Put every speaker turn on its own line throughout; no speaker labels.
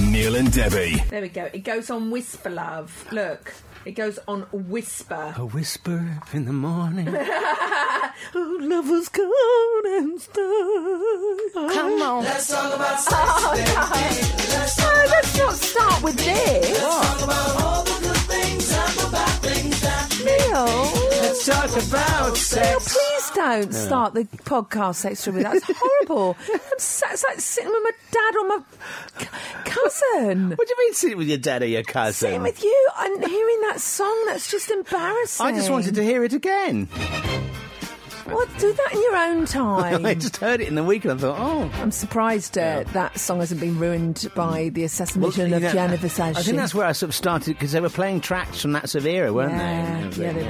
Neil and Debbie.
There we go. It goes on Whisper Love. Look, it goes on Whisper.
A whisper in the morning.
Oh, love was cold and stuck.
Come on.
No, Oh, let's not start with this. Neil,
Let's talk about sex.
please don't start the podcast sex room with that. It's horrible. I'm so, it's like sitting with my dad or my c- cousin.
What do you mean sitting with your dad or your
Sitting
cousin?
with you and hearing that song, that's just embarrassing.
I just wanted to hear it again.
What? Do that in your own time.
I just heard it in the week and I thought, oh.
I'm surprised uh, that song hasn't been ruined by the assassination
you
of
know,
Gianni Versace.
I think that's where I sort of started because they were playing tracks from that Severa, weren't
yeah,
they?
yeah, they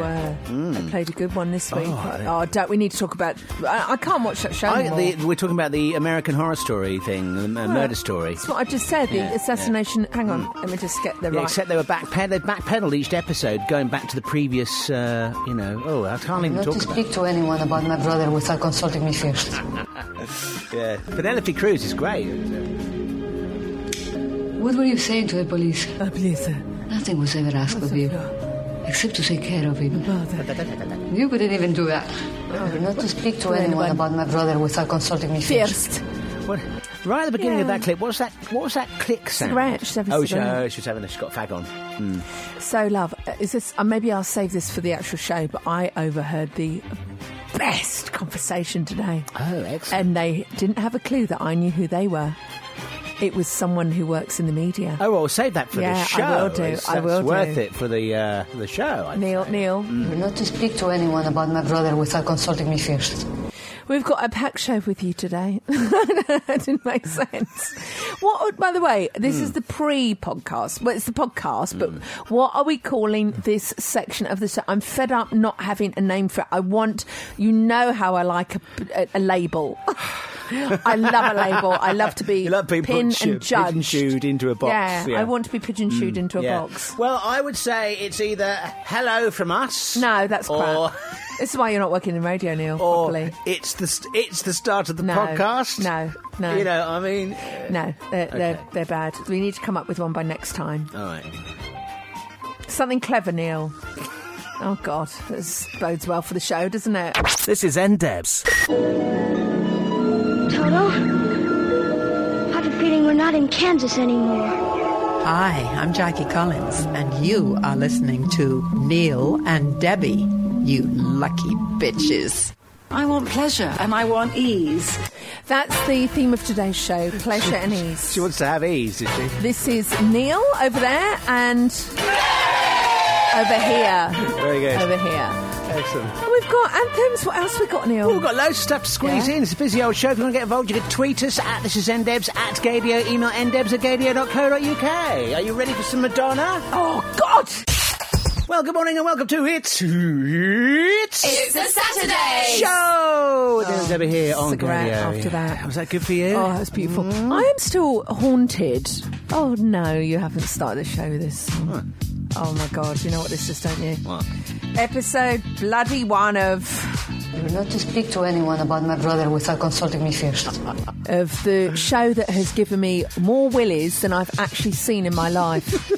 were. They played a good one this week.
Hmm. Oh,
Oh, don't we need to talk about? I, I can't watch that show.
I,
anymore.
the, we're talking about the American Horror Story thing, the m- murder story.
That's what I just said. The
Yeah, Hmm.
assassination. Hang on, let me just get the
Yeah,
right.
except they were backped- they backpedaled each episode, going back to the previous, uh, you know. Oh, I can't even
Not
talk
to
about. It.
speak to anyone about my brother without consulting me first.
Yeah, Penelope Cruz is great.
What were you saying to the police?
Oh, please, uh,
Nothing was ever asked of you, except to take care of him. You couldn't even do that. Not to speak to anyone about my brother without consulting me
first.
first.
What, right at the beginning of
Yeah.
that clip, what's that? What was that click sound?
Cigarette, she's having a
oh, she,
cigarette.
oh, she was having a she got a fag on.
So, love, uh, is this? Uh, maybe I'll save this for the actual show. But I overheard the best conversation today.
Oh, excellent.
and they didn't have a clue that I knew who they were. It was someone who works in the media.
Oh, well, save that for
Yeah,
the
I
show.
will do,
It's,
I
that's
will do.
worth it for the uh, for the show. I
Neil,
think.
Neil,
Not to speak to anyone about my brother without consulting me first.
we've got a pack show with you today. that didn't make sense. What? By the way, this
Hmm.
is the pre-podcast. Well, it's the podcast, but what are we calling this section of the show? I'm fed up not having a name for it. I want, you know, how I like a, a, a label. I love a label. I love to be
You love being
pin
pigeon-
and judged.
pigeon-shoed into a box,
I
yeah. Hmm,
want to be pigeon-shoed into a
Yeah.
box.
Well, I would say it's either hello from us.
No, that's
or,
crap. this is why you're not working in radio, Neil.
Or
properly.
it's the st- it's the start of the
No,
podcast.
no, no.
You know, I mean,
No, they're,
Okay.
they're, they're bad. We need to come up with one by next time.
all right.
Something clever, Neil. Oh, God. This bodes well for the show, doesn't it?
This is Ndebs.
Toto, I have a feeling we're not in Kansas anymore.
Hi, I'm Jackie Collins, and you are listening to Neil and Debbie, you lucky bitches.
I want pleasure and I want
e-
ease.
That's the theme of today's show pleasure and ease.
She wants to have ease, does she?
This is Neil over there and over here.
Very good.
Over here.
Excellent.
And we've got anthems. What else we got, Neil?
Well, Oh, we've got loads of stuff to squeeze
Oh. Yeah.
in. It's a busy old show. If you want to get involved, you can tweet us at this is ndebs at gadio. Email ndebs at gadio.co.uk. Are you ready for some Madonna?
oh, God!
Well, good morning and welcome to It's It's,
It's a Saturday.
Show. There's Debbie here on
Oh, cigarette
Gadio.
after
Yeah.
that.
was that good for you?
Oh, that's beautiful. I am still haunted. Oh no, you haven't started the show with this. song. Oh my god, you know what this is, don't you?
What?
Episode bloody one of
Not to speak to anyone about my brother without consulting me first.
of the show that has given me more willies than I've actually seen in my life.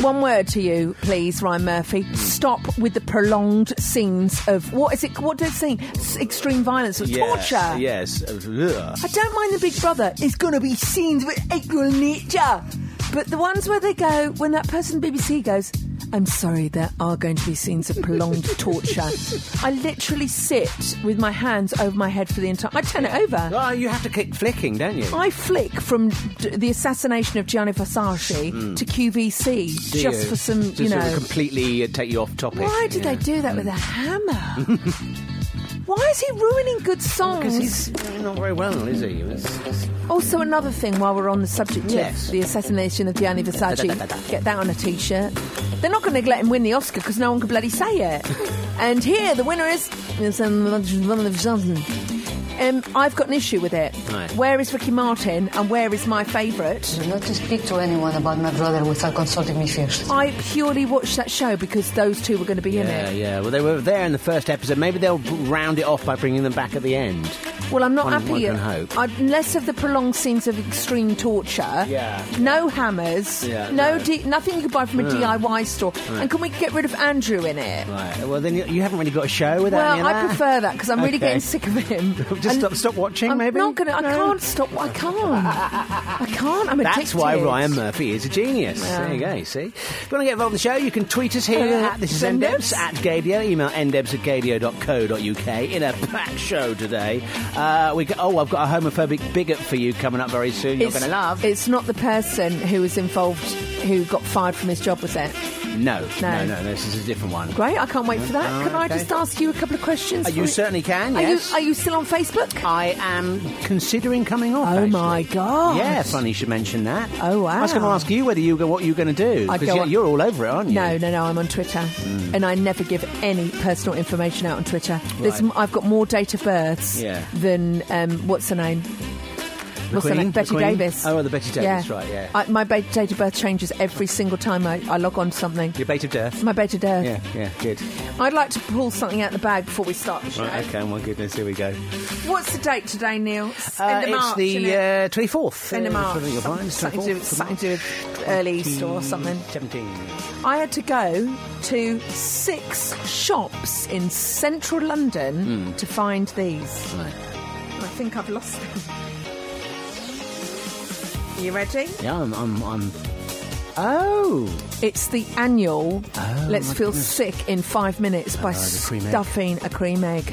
one word to you, please, Ryan Murphy. Stop with the prolonged scenes of what is it? What does it sing? S- Extreme violence or
Yes,
torture?
Yes. Ugh.
I don't mind the Big Brother. It's going to be scenes with equal nature. But the ones where they go, when that person BBC goes, I'm sorry, there are going to be scenes of prolonged torture. I literally sit with my hands over my head for the entire. I turn it over.
Oh, you have to keep flicking, don't you?
I flick from d- the assassination of Gianni Versace to QVC
Do
just
you?
for some,
Hmm. Just
you
sort of
know.
completely uh, take you off topic.
Why did
yeah. Hmm.
they do that with a hammer? Why is he ruining good songs?
Because he's not very well, is he? It's-
Also, another thing while we're on the subject
Yes.
of the assassination of Gianni Versace, get that on a t shirt. They're not going to let him win the Oscar because no one can bloody say it. and here, the winner is. Um, I've got an issue with it.
Right.
Where is Ricky Martin and where is my favourite?
Not to speak to anyone about my brother without consulting me first.
I purely watched that show because those two were going to be in
Yeah,
it.
yeah. Well, they were there in the first episode. Maybe they'll round it off by bringing them back at the end.
Well, I'm not
One-
happy.
one
yet.
can hope.
I'd- less of the prolonged scenes of extreme torture.
Yeah.
No hammers.
Yeah,
no,
no. Hmm.
D- nothing you could buy from a DIY store. And can we get rid of Andrew in it?
Right. Well, then you, you haven't really got a show without any
Well,
of
I
that.
prefer that because I'm really
Okay.
getting sick of him.
Just
And
stop, stop watching,
I'm
maybe.
not gonna. I
No.
can't stop. I can't. I can't. I'm addicted.
That's why Ryan Murphy is a genius. There you go, you see. If you want to get involved in the show, you can tweet us here
Uh,
at this is
send
ndebs,
us.
at Gabio, email ndebs at gabio.co.uk in a packed show today. Uh, we got, oh, I've got a homophobic bigot for you coming up very soon. You're
It's-
going to love.
It's not the person who was involved who got fired from his job, was it?
No, no,
No.
no, this is a different one.
Great. I can't wait for that.
Oh,
Can I
okay.
just ask you a couple of questions?
Uh, you
for-
certainly can,
Are you-
yes.
Are you still on Facebook?
I am considering coming off.
Oh
actually.
my god!
Yeah, funny you should mention that.
Oh, wow.
I was going to ask you whether you go what you're going to do
I'd
because
go
you're,
on-
you're all over it, aren't you?
No, no, no. I'm on Twitter,
Mm.
and I never give any personal information out on Twitter. There's,
Right.
I've got more date of births
Yeah.
than um, what's her name?
The
what's her
Queen?
name?
The
Betty
Queen?
Davis.
Oh, the Betty Davis, right? Yeah.
I, my ba- date of birth changes every single time I, I log on to something.
Your bait of death.
My date of birth.
Yeah, yeah, good.
I'd like to pull something out of the bag before we start the show.
Right, okay, oh my goodness, here we go.
What's the date today, Neil? It's
Uh,
end of
it's
March,
the
isn't it?
Uh, 24th.
End of
uh,
March.
something of mine,
Something, something to do with, something to
24th of
do with
March.
early Easter or something.
17.
I had to go to six shops in central London to find these.
Hmm. Right.
I think I've lost them. You ready?
Yeah, I'm, I'm, I'm. Oh!
It's the annual Let's
my
Feel
goodness. Ah,
Sick in Five Minutes by
the cream egg.
stuffing a cream egg.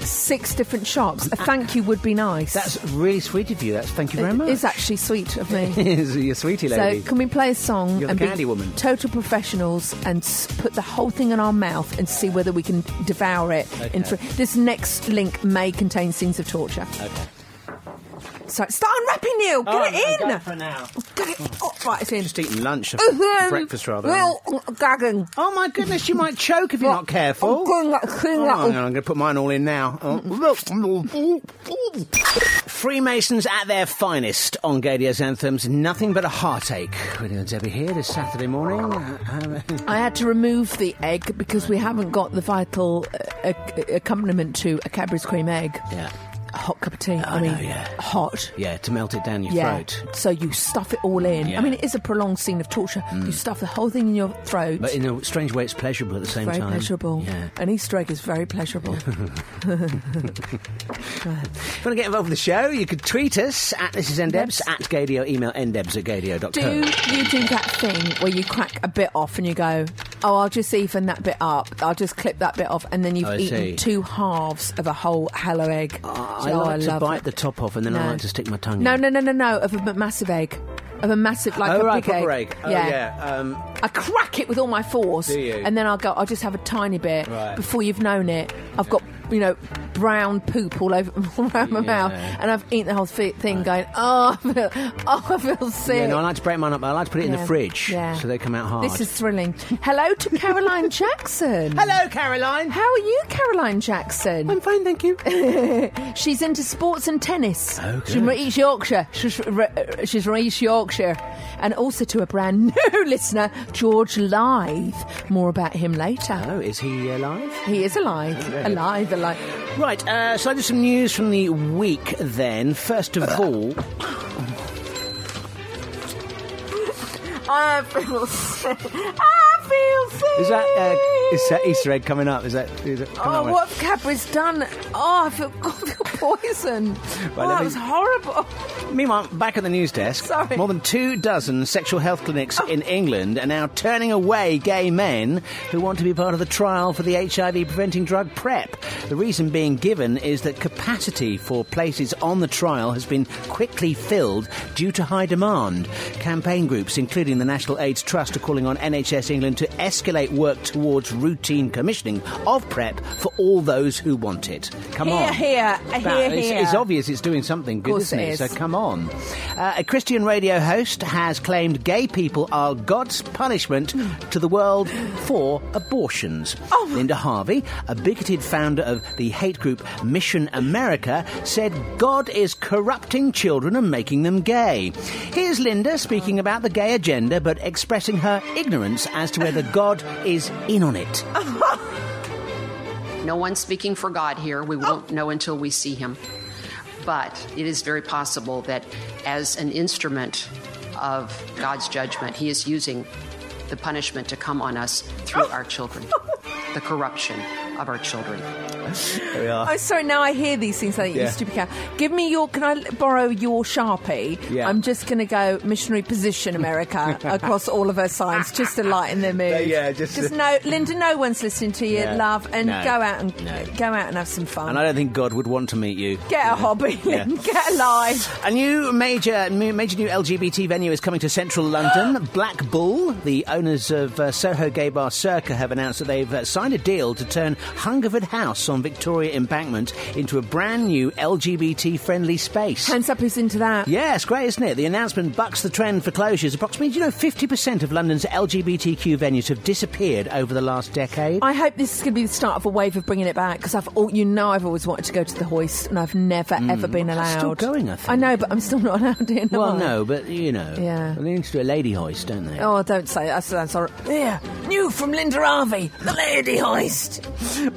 Six different shops. A thank you would be nice.
That's really sweet of you. That's Thank you very
It
much.
is actually sweet of me.
You're a sweetie
so,
lady.
can we play a song
You're the
and
candy
be
woman.
total professionals and s- put the whole thing in our mouth and see whether we can devour it? In
Okay.
three. This next link may contain scenes of torture.
okay.
So, start unwrapping, Neil. Get
Oh,
it
I'm
in.
going for now.
Get it. Oh, right, it's in.
Just eating lunch, breakfast rather.
Uh-huh. Well, gagging.
Oh my goodness, you might choke if you're not careful.
I'm going like clean
Oh,
that
hang on, I'm going to put mine all in now. Oh. Freemasons at their finest on Gadio's Anthems. Nothing but a heartache. Radio Debbie here this Saturday morning. Uh, um,
I had to remove the egg because we haven't got the vital uh, ac- accompaniment to a Cadbury's cream egg.
yeah,
A hot cup of tea. I, mean,
know, yeah.
hot.
yeah, to melt it down your
Yeah.
throat.
So you stuff it all in.
Yeah. Mm.
I mean, it is a prolonged scene of torture. You stuff the whole thing in your throat.
But in a strange way, it's pleasurable at the same
very
time.
pleasurable.
Yeah.
An Easter egg is very pleasurable.
If you want to get involved with the show, you could tweet us at this is ndebs, at gadio, email ndebs at gadio.co.
do you do that thing where you crack a bit off and you go, oh, I'll just even that bit up. I'll just clip that bit off. And then you've
I
eaten
see. Ah,
two halves of a whole hello egg.
I
Oh,
like to
love
bite
it.
the top off and then I like to stick my tongue
No,
in.
no, no, no, no. Of a m- massive egg. Of a massive, like
oh,
a
right,
big
proper
egg.
egg. Oh, yeah. Um,
I crack it with all my force.
Do you?
And then I'll go, I'll just have a tiny bit.
Right.
Before you've known it, I've got, you know, brown poop all over all around my
Yeah.
mouth. And I've eaten the whole thi- thing going, oh, I feel, oh, I feel sick.
Yeah, no, I like to break mine up. but I like to put it in
Yeah.
the fridge,
Yeah.
so they come out hard.
This is thrilling. Hello to Caroline Jackson.
Hello, Caroline.
How are you, Caroline Jackson?
I'm fine, thank you.
She's into sports and tennis.
Oh,
She's from
good.
East Yorkshire. She's, fr- uh, she's from East Yorkshire. And also to a brand new listener, George Lythe. More about him later.
oh, is he alive?
He is alive.
Okay.
Alive, alive.
Right. Uh, so I did some news from the week. Then, first of all,
I feel sick. I feel sick.
is that uh, is that Easter egg coming up? Is that? Is it coming
Oh,
up?
what have Cadbury's done? Oh, I feel, I feel poisoned.
Right,
oh,
let
that
me-
was horrible.
Meanwhile, back at the news desk,
Sorry. Oh.
more than two dozen sexual health clinics in England are now turning away gay men who want to be part of the trial for the HIV preventing drug PrEP. The reason being given is that capacity for places on the trial has been quickly filled due to high demand. Campaign groups, including the National AIDS Trust, are calling on NHS England to escalate work towards routine commissioning of PrEP for all those who want it. Come
Here,
on.
here, here,
it's,
here.
it's obvious it's doing something good,
course
isn't
it
it?
is.
So come on. Uh, a Christian radio host has claimed gay people are God's punishment
Hmm.
to the world for abortions.
Oh.
Linda Harvey, a bigoted founder of the hate group Mission America, said God is corrupting children and making them gay. Here's Linda speaking about the gay agenda but expressing her ignorance as to whether God is in on it.
Oh.
No one speaking for God here. We won't know until we see him. But it is very possible that as an instrument of God's judgment, He is using the punishment to come on us through our children, the corruption of our children.
There we are.
Oh, sorry. Now I hear these things. I think
Yeah.
you stupid cow. Give me your. Can I borrow your sharpie?
Yeah.
I'm just going to go missionary position America across all of her signs just to lighten the mood.
Yeah, just-
no, Linda. No one's listening to you,
Yeah.
love, and
No.
go out and
No.
go out and have some fun.
And I don't think God would want to meet you.
Get a hobby,
Yeah.
Lynn. Get a life.
A new major, new- major new LGBT venue is coming to central London. Black Bull, the owners of uh, Soho gay bar Circa, have announced that they've uh, signed a deal to turn Hungerford House on Victoria Embankment into a brand new LGBT-friendly space.
Hands up who's into that.
Yeah, it's great, isn't it? The announcement bucks the trend for closures. Approximately, do you know, 50% of London's LGBTQ venues have disappeared over the last decade.
I hope this is going to be the start of a wave of bringing it back because I've, all, you know, I've always wanted to go to the hoist and I've never ever been allowed.
still going, Hmm. I think.
I know, but I'm still not allowed in. am
well,
I?
no, but you know,
Yeah.
they need to do a lady hoist, don't they?
Oh, don't say that. That's sorry. Yeah, new from Linda Harvey, the lady heist.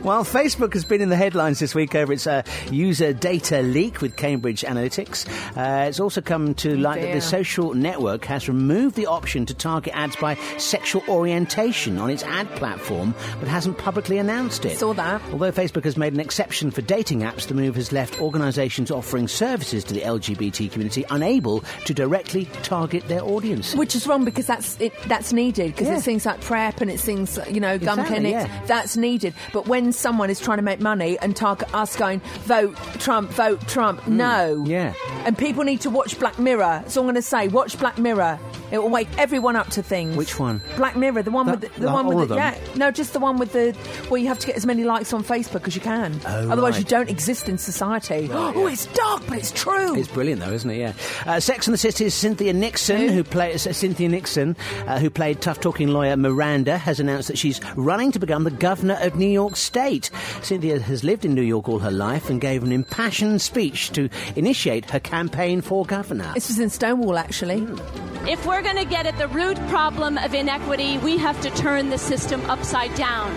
While Facebook has been in the headlines this week over its uh, user data leak with Cambridge Analytics, uh, it's also come to light that
Oh, dear.
the social network has removed the option to target ads by sexual orientation on its ad platform, but hasn't publicly announced it.
Saw that.
Although Facebook has made an exception for dating apps, the move has left organisations offering services to the LGBT community unable to directly target their audience.
Which is wrong because that's it, that's needed because
Yeah.
it's things like prep and it's things you know gun
Exactly,
clinics
yeah.
that's needed. But when someone is trying to make money and target us, going vote Trump, vote Trump, no,
yeah.
and people need to watch Black Mirror. So I'm going to say watch Black Mirror. It will wake everyone up to things.
Which one?
Black Mirror, the one
That-
with the,
that-
one
all
with
of
the,
them?
yeah, no, just the one with the where you have to get as many likes on Facebook as you can. Otherwise,
Oh, right.
you don't exist in society. oh, it's dark, but it's true.
It's brilliant, though, isn't it? Yeah. Uh, Sex and the City's Cynthia Nixon, who plays Cynthia Nixon, uh, who played tough-talking lawyer Miranda, has announced that she's running to become the governor of New York State. Cynthia has lived in New York all her life and gave an impassioned speech to initiate her campaign for governor.
This was in Stonewall, actually.
Hmm.
If we're going to get at the root problem of inequity, we have to turn the system upside down.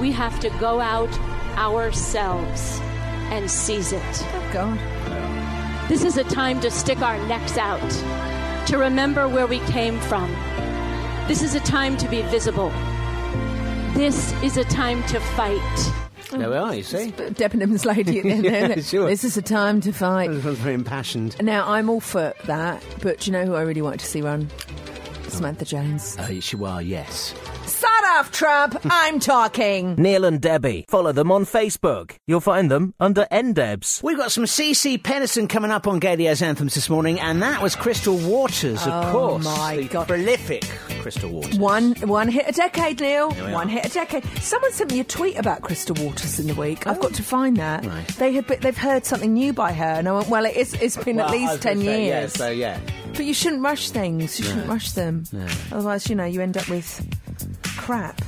We have to go out ourselves and seize it.
Oh, God.
This is a time to stick our necks out, to remember where we came from. This is a time to be visible. This is a time to fight.
there we are. You see,
But Debenham's lady at the end
Yeah,
there. isn't it?
sure.
This is a time to fight.
This one's very impassioned.
Now, I'm all for that, but do you know who I really wanted to see run? Samantha Jones.
Oh, she well, yes.
Sod off, Trump! I'm talking!
Neil and Debbie. Follow them on Facebook. You'll find them under NDebs.
We've got some CC Peniston coming up on Gadio's anthems this morning, and that was Crystal Waters, of
Oh,
course.
my
the
God.
prolific Crystal Waters.
One one hit a decade, Neil.
we
One
are.
hit a decade. Someone sent me a tweet about Crystal Waters in the week. I've got to find that.
Oh. Right.
They had they've heard something new by her, and I went, well, it is, it's been
Well,
at
I was
least
gonna
ten
say, yeah,
years.
so yeah.
But you shouldn't rush things. You shouldn't rush them. Otherwise, you know, you end up with crap.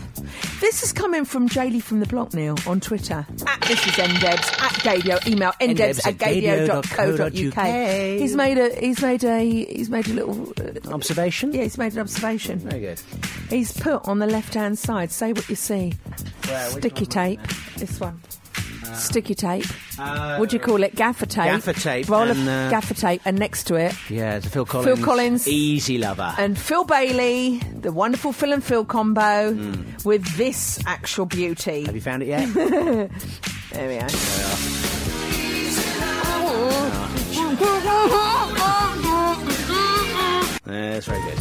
This is coming from Jaylee from the block, Neil, on Twitter. At this is ndebs at gadio. Email ndebs at gadio.co.uk.
ndebs@gadio.co.uk.
He's made a he's made a he's made a little uh,
Observation?
yeah he's made an observation.
Very good.
He's put on the left hand side. Say what you see. Sticky tape. This one. Sticky tape. what do you call it? Gaffer tape.
Uh, Gaffer tape
Roll of
and, uh,
gaffer tape, and next to it,
Yeah, it's a Phil Collins.
Collins.
Easy lover.
and Phil Bailey, the wonderful Phil and Phil combo,
Hmm.
with this actual beauty.
Have you found it yet?
There we are.
Yeah, that's very good.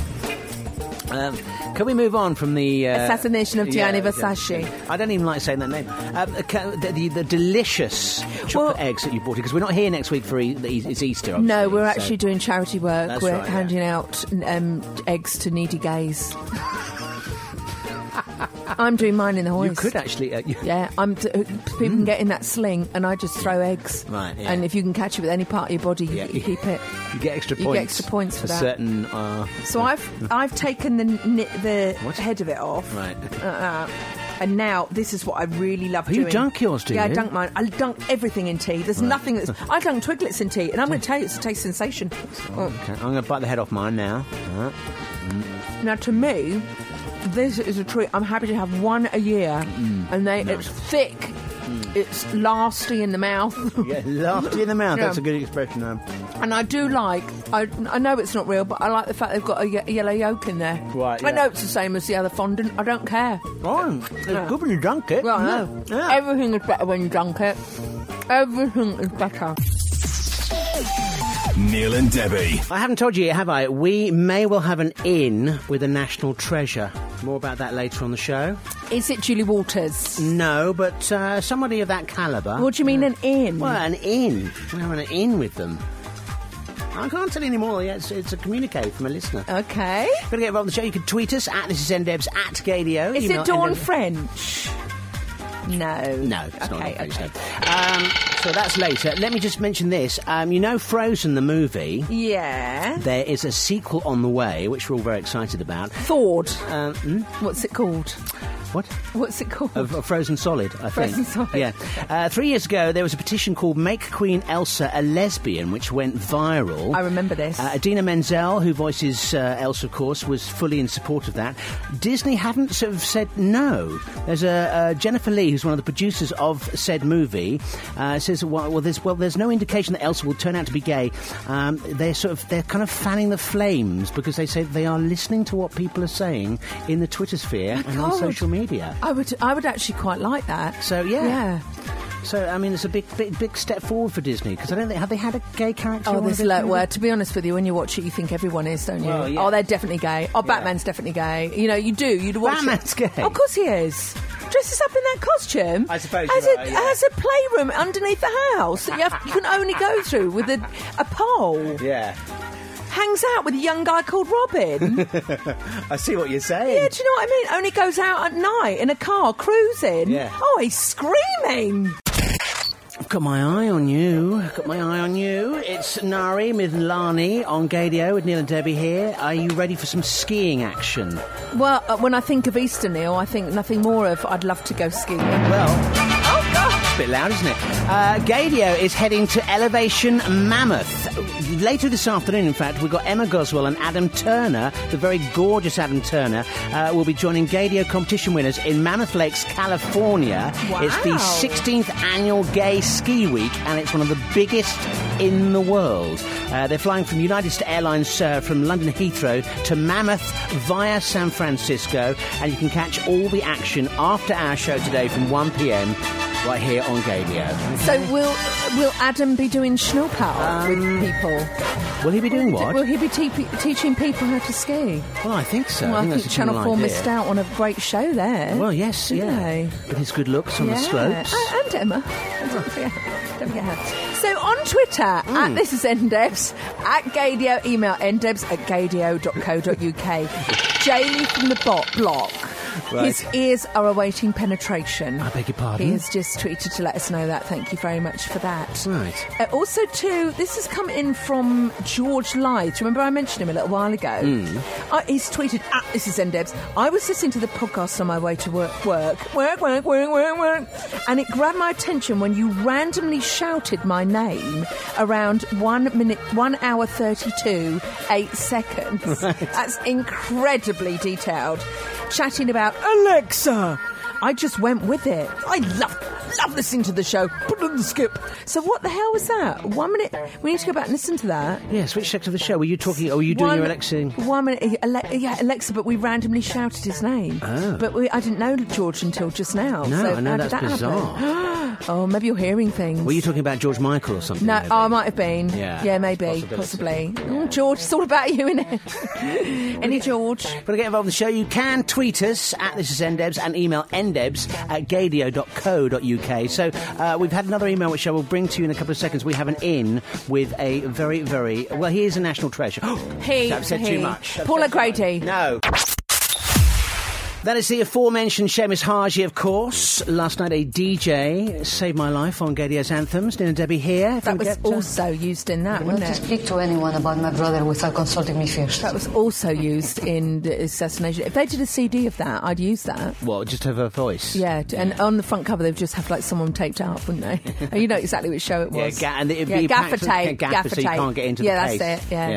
Um, can we move on from the uh,
Assassination of Gianni
yeah,
Versace.
yeah. I don't even like saying that name. Um, ca- the, the, the delicious chocolate
Well-
eggs that you bought because we're not here next week for e- the e- it's Easter. Obviously,
No, we're
so-
actually doing charity work.
That's
we're
right, yeah.
handing out um, eggs to needy gays. I'm doing mine in the hoist.
You could actually. Uh, you-
Yeah, I'm t- people can get in that sling, and I just throw eggs.
Mm. Right, yeah.
And if you can catch it with any part of your body, you,
Yeah.
you keep it.
You get extra
You
points.
get extra points for
a
that.
certain. Uh,
So I've I've taken the ni- the
What?
head of it off,
right.
and now this is what I really love
You
doing.
dunk yours, do
yeah,
you?
I dunk mine. I dunk everything in tea. There's nothing that's. I dunk twiglets in tea, and I'm going to tell you, it's a taste sensation. Oh.
Okay, I'm going to bite the head off mine now. Alright.
Now, to
Mm.
me, this is a treat. I'm happy to have one a year, and they it's thick. It's lasty in the mouth.
Yeah, lofty in the mouth.
Yeah.
That's a good expression. Um,
And I do like, I, I know it's not real, but I like the fact they've got a ye- yellow yolk in there.
Right,
I
yeah.
know it's the same as the other fondant. I don't care.
oh, it's good when you dunk it.
Well, I know.
Yeah.
Everything is better when you drunk it. Everything is better.
Neil and Debbie.
I haven't told you yet, have I? We may well have an in with a national treasure. More about that later on the show.
Is it Julie Walters?
No, but uh, somebody of that calibre.
What do you mean, an inn?
Well, an in. We're having an in with them. I can't tell you any more. Yeah, it's, it's a communique from a listener.
Okay.
Going to get involved in the show. You can tweet us at this is ndebs at gadio.
Is
Email
it Dawn
ndebs
French? No.
No, it's not
Okay,
on the
okay.
page, no. Um, so that's later. Let me just mention this. Um, you know, Frozen the movie.
Yeah.
There is a sequel on the way, which we're all very excited about.
Thord.
Um, hmm?
What's it called?
What?
What's it called?
Of, of Frozen Solid, I
Frozen
think.
Solid.
Yeah. Uh, three years ago, there was a petition called "Make Queen Elsa a Lesbian," which went viral.
I remember this.
Uh, Adina Menzel, who voices uh, Elsa, of course, was fully in support of that. Disney haven't sort of said no. There's a uh, Jennifer Lee, who's one of the producers of said movie, uh, says, well, well, there's, "Well, there's no indication that Elsa will turn out to be gay. Um, they're sort of they're kind of fanning the flames because they say they are listening to what people are saying in the Twitter sphere and on
God.
social media."
I would, I would actually quite like that.
So yeah.
Yeah.
So I mean, it's a big, big, big step forward for Disney because I don't think have they had a gay character.
Oh,
on a
this
Disney
low
movie?
word. To be honest with you, when you watch it, you think everyone is, don't you?
Well, yeah.
Oh, they're definitely gay. Oh, Batman's definitely gay. You know, you do. You'd watch. it.
Batman's gay?
Of course he is. Dresses up in that costume.
I suppose
Has
you're
a
right, yeah.
has a playroom underneath the house that you, have, you can only go through with a, a pole.
Yeah,
Hangs out with a young guy called Robin. yeah,
I see what you're saying.
do you know what I mean? Only goes out at night in a car cruising.
Yeah.
Oh, he's screaming.
I've got my eye on you. I've got my eye on you. It's Nari Midlani on Gadio with Neil and Debbie here. Are you ready for some skiing action?
Well, uh, when I think of Easter Neil, I think nothing more of I'd love to go skiing.
Well, it's a bit loud, isn't it? Uh, Gadio is heading to Elevation Mammoth. Later this afternoon, in fact, we've got Emma Goswell and Adam Turner, the very gorgeous Adam Turner, uh, will be joining Gadio competition winners in Mammoth Lakes, California.
Wow.
It's the 16th annual Gay Ski Week, and it's one of the biggest in the world. Uh, they're flying from United Airlines uh, from London Heathrow to Mammoth via San Francisco, and you can catch all the action after our show today from 1 pm right here on Gadio.
So will will Adam be doing schnorkel with people?
Will he be Um, doing what?
Will he be te- teaching people how to ski?
Well, I think so.
well, I think
that's a
Channel
general
Four
idea.
missed out on a great show there.
Well, yes,
Didn't
yeah.
they?
With his good looks on the
Yeah.
slopes.
A- and Emma. Don't forget- don't forget her. So on Twitter,
Hmm.
at this is ndebs, at gadio, email ndebs at gadio.co.uk. Jamie from the bot block.
Right.
His ears are awaiting penetration. I
beg your pardon?
He has just tweeted to let us know that. Thank you very much for that.
Right.
Uh, also, too, this has come in from George Lythe. Remember, I mentioned him a little while ago. I, he's tweeted, ah, this is Ndebs. I was listening to the podcast on my way to work, work, work, work, work, work, work, and it grabbed my attention when you randomly shouted my name around one minute, one hour thirty-two, eight seconds. That's incredibly detailed. Chatting about Alexa. I just went with it. I love love listening to the show. Put it on the skip. So what the hell was that? One minute. We need to go back and listen to that.
Yes, which section of the show were you talking? Or were you doing
one,
your Alexa?
One minute. eh, Ale- yeah, Alexa. But we randomly shouted his name. Oh. But we, I didn't know George until just now.
Ah. No,
so
I know
how
that's
did that
bizarre.
Happen? oh, maybe you're hearing things.
Were you talking about George Michael or something?
no,
maybe?
oh, I might have been.
Yeah,
maybe,
possibility.
possibly. Oh, George, it's all about you, isn't it? Any George?
want to get involved in the show, you can tweet us at this is ndebs and email ndebs at gadio.co.uk. So uh, we've had another email which I will bring to you in a couple of seconds. We have an in with a very, very well. He is a national treasure.
He.
I've said
he.
too much. I've
Paula
said too much.
Grady.
No. That is the aforementioned Seamus Haji, of course. Last night, a DJ saved my life on Gadio's Anthems. Nina Debbie here. If
That
you
was
get- uh,
also used in that,
Not
wasn't
to
it?
speak to anyone about my brother without consulting me first.
That was also used in the assassination. If they did a CD of that, I'd use that.
Well, just have her voice.
Yeah, t- and on the front cover they'd just have like someone taped up, wouldn't they? and you know exactly which show it
Yeah,
was.
ga- and it'd
Yeah,
be
gaffer
packed with- yeah,
tape.
gaffer, so you
tape.
can't get into
yeah,
the
that's
case.
it. Yeah.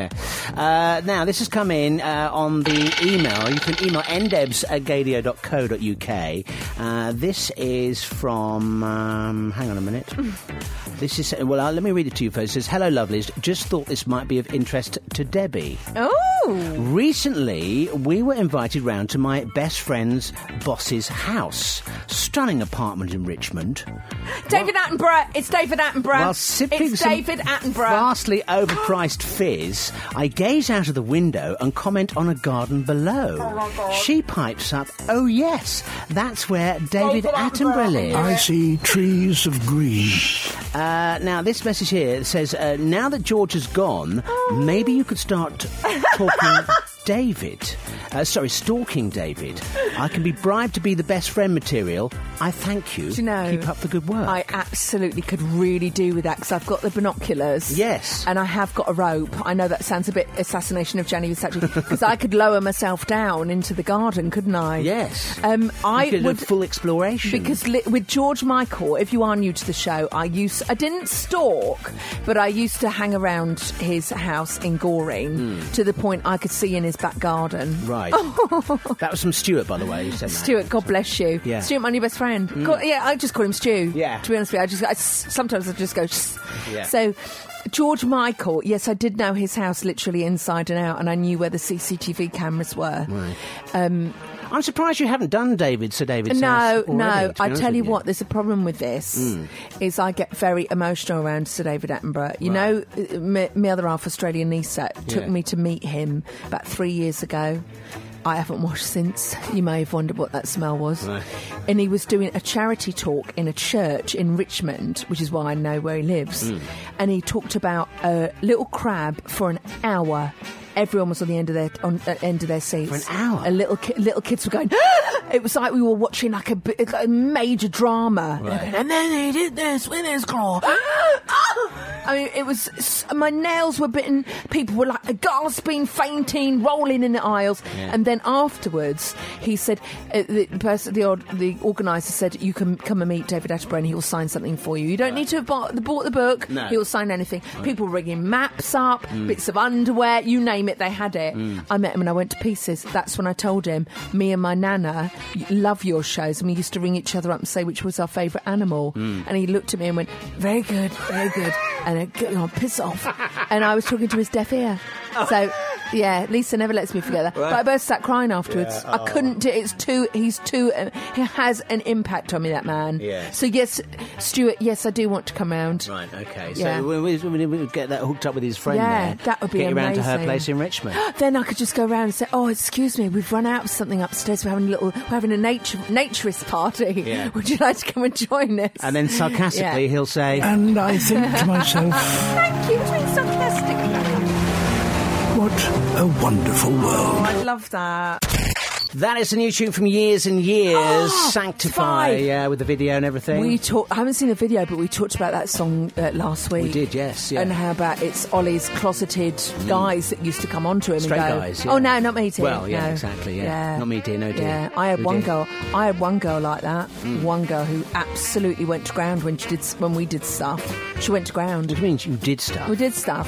Yeah. Uh, now, this has come in uh, on the email. You can email ndebs at scadio.co.uk. Uh, this is from. Um, hang on a minute. This is. Well, uh, let me read it to you first. It says, Hello, lovelies. Just thought this might be of interest to Debbie.
Oh,
Recently, we were invited round to my best friend's boss's house. Stunning apartment in Richmond.
David Attenborough. It's David Attenborough.
While sipping
it's
some
David Attenborough.
vastly overpriced fizz, I gaze out of the window and comment on a garden below.
Oh,
she pipes up, "Oh yes, that's where David Attenborough lives."
I see trees of green.
Uh, now, this message here says, uh, now that George has gone,
Oh.
maybe you could start talking David. Uh, sorry, stalking David. I can be bribed to be the best friend material. I thank you.
Do you know?
Keep up the good work.
I absolutely could really do with that because I've got the binoculars.
Yes.
And I have got a rope. I know that sounds a bit assassination of Jenny Versace because I could lower myself down into the garden, couldn't I?
yes.
Um,
you
I
could do
would.
a full exploration.
Because li- with George Michael, if you are new to the show, I used I didn't stalk, but I used to hang around his house in Goring to the point I could see in his back garden.
Hmm. Right. that was from Stuart, by the way. who said that.
Stuart, God bless you.
Yeah. Hmm.
Stuart, my new best friend. Call- yeah, I just call him Stu.
Yeah.
To be honest with you, I just I s sometimes I just go. "Shh."
Yeah.
So. George Michael, yes, I did know his house literally inside and out, and I knew where the CCTV cameras were.
I'm surprised you haven't done David, Sir David.
No,
Sands already,
no.
to be
I
honest
tell
with
you what, there's a problem with this.
Hmm.
Is I get very emotional around Sir David Attenborough. You know, uh, my, my other half Australian niece that took
Yeah.
me to meet him about three years ago. I haven't washed since. You may have wondered what that smell was.
Right.
And he was doing a charity talk in a church in Richmond, which is why I know where he lives.
Hmm.
And he talked about a little crab for an hour. Everyone was on the end of their on the end of their seats
For an hour?
A little ki- little kids were going. it was like we were watching like a, bi- like a major drama. And they're going, and then they did this with his claw. I mean, it was s- my nails were bitten. People were like gasping, fainting, rolling in the aisles. And then afterwards, he said, uh, the person, the odd, the organizer said, you can come and meet David Attenborough, and he will sign something for you. You don't need to have bought the, bought the book.
No.
He will sign anything. People were ringing maps up, bits of underwear, you name it, they had it. I met him and I went to pieces. That's when I told him, me and my nana love your shows, and we used to ring each other up and say which was our favourite animal. And he looked at me and went, "Very good, very good," and I go, "Oh, piss off." and I was talking to his deaf ear, so. Yeah, Lisa never lets me forget that. But I burst out crying afterwards. I couldn't do It's too, he's too, uh, he has an impact on me, that man.
Yeah.
So, yes, Stuart, yes, I do want to come round.
Right, okay.
Yeah.
So we, we, we, we get that hooked up with his friend
Yeah,
there.
that would be
Get you round to her
amazing.
place in Richmond.
Then I could just go around and say, "Oh, excuse me, we've run out of something upstairs. We're having a little, we're having a nature naturist party.
Yeah.
Would you like to come and join us?"
and then sarcastically
Yeah.
he'll say,
And I think to myself,
thank you, being sarcastic.
what a wonderful
Oh,
world.
I love that.
That is a new tune from years and years,
Oh,
Sanctify,
Spy.
yeah, with the video and everything.
We talked. I haven't seen the video, but we talked about that song uh, last week.
We did, yes, yeah. Mm.
And how about it's Ollie's closeted guys that used to come onto him
Straight
and go,
guys, yeah.
"Oh no, not me, dear."
Well, yeah,
no.
exactly, yeah. Not me, dear, no, Mm. dear.
Yeah, I had
Who
one
did?
girl. I had one girl like that. One girl who absolutely went to ground when she did when we did stuff. She went to ground.
Which means you did stuff.
We did stuff.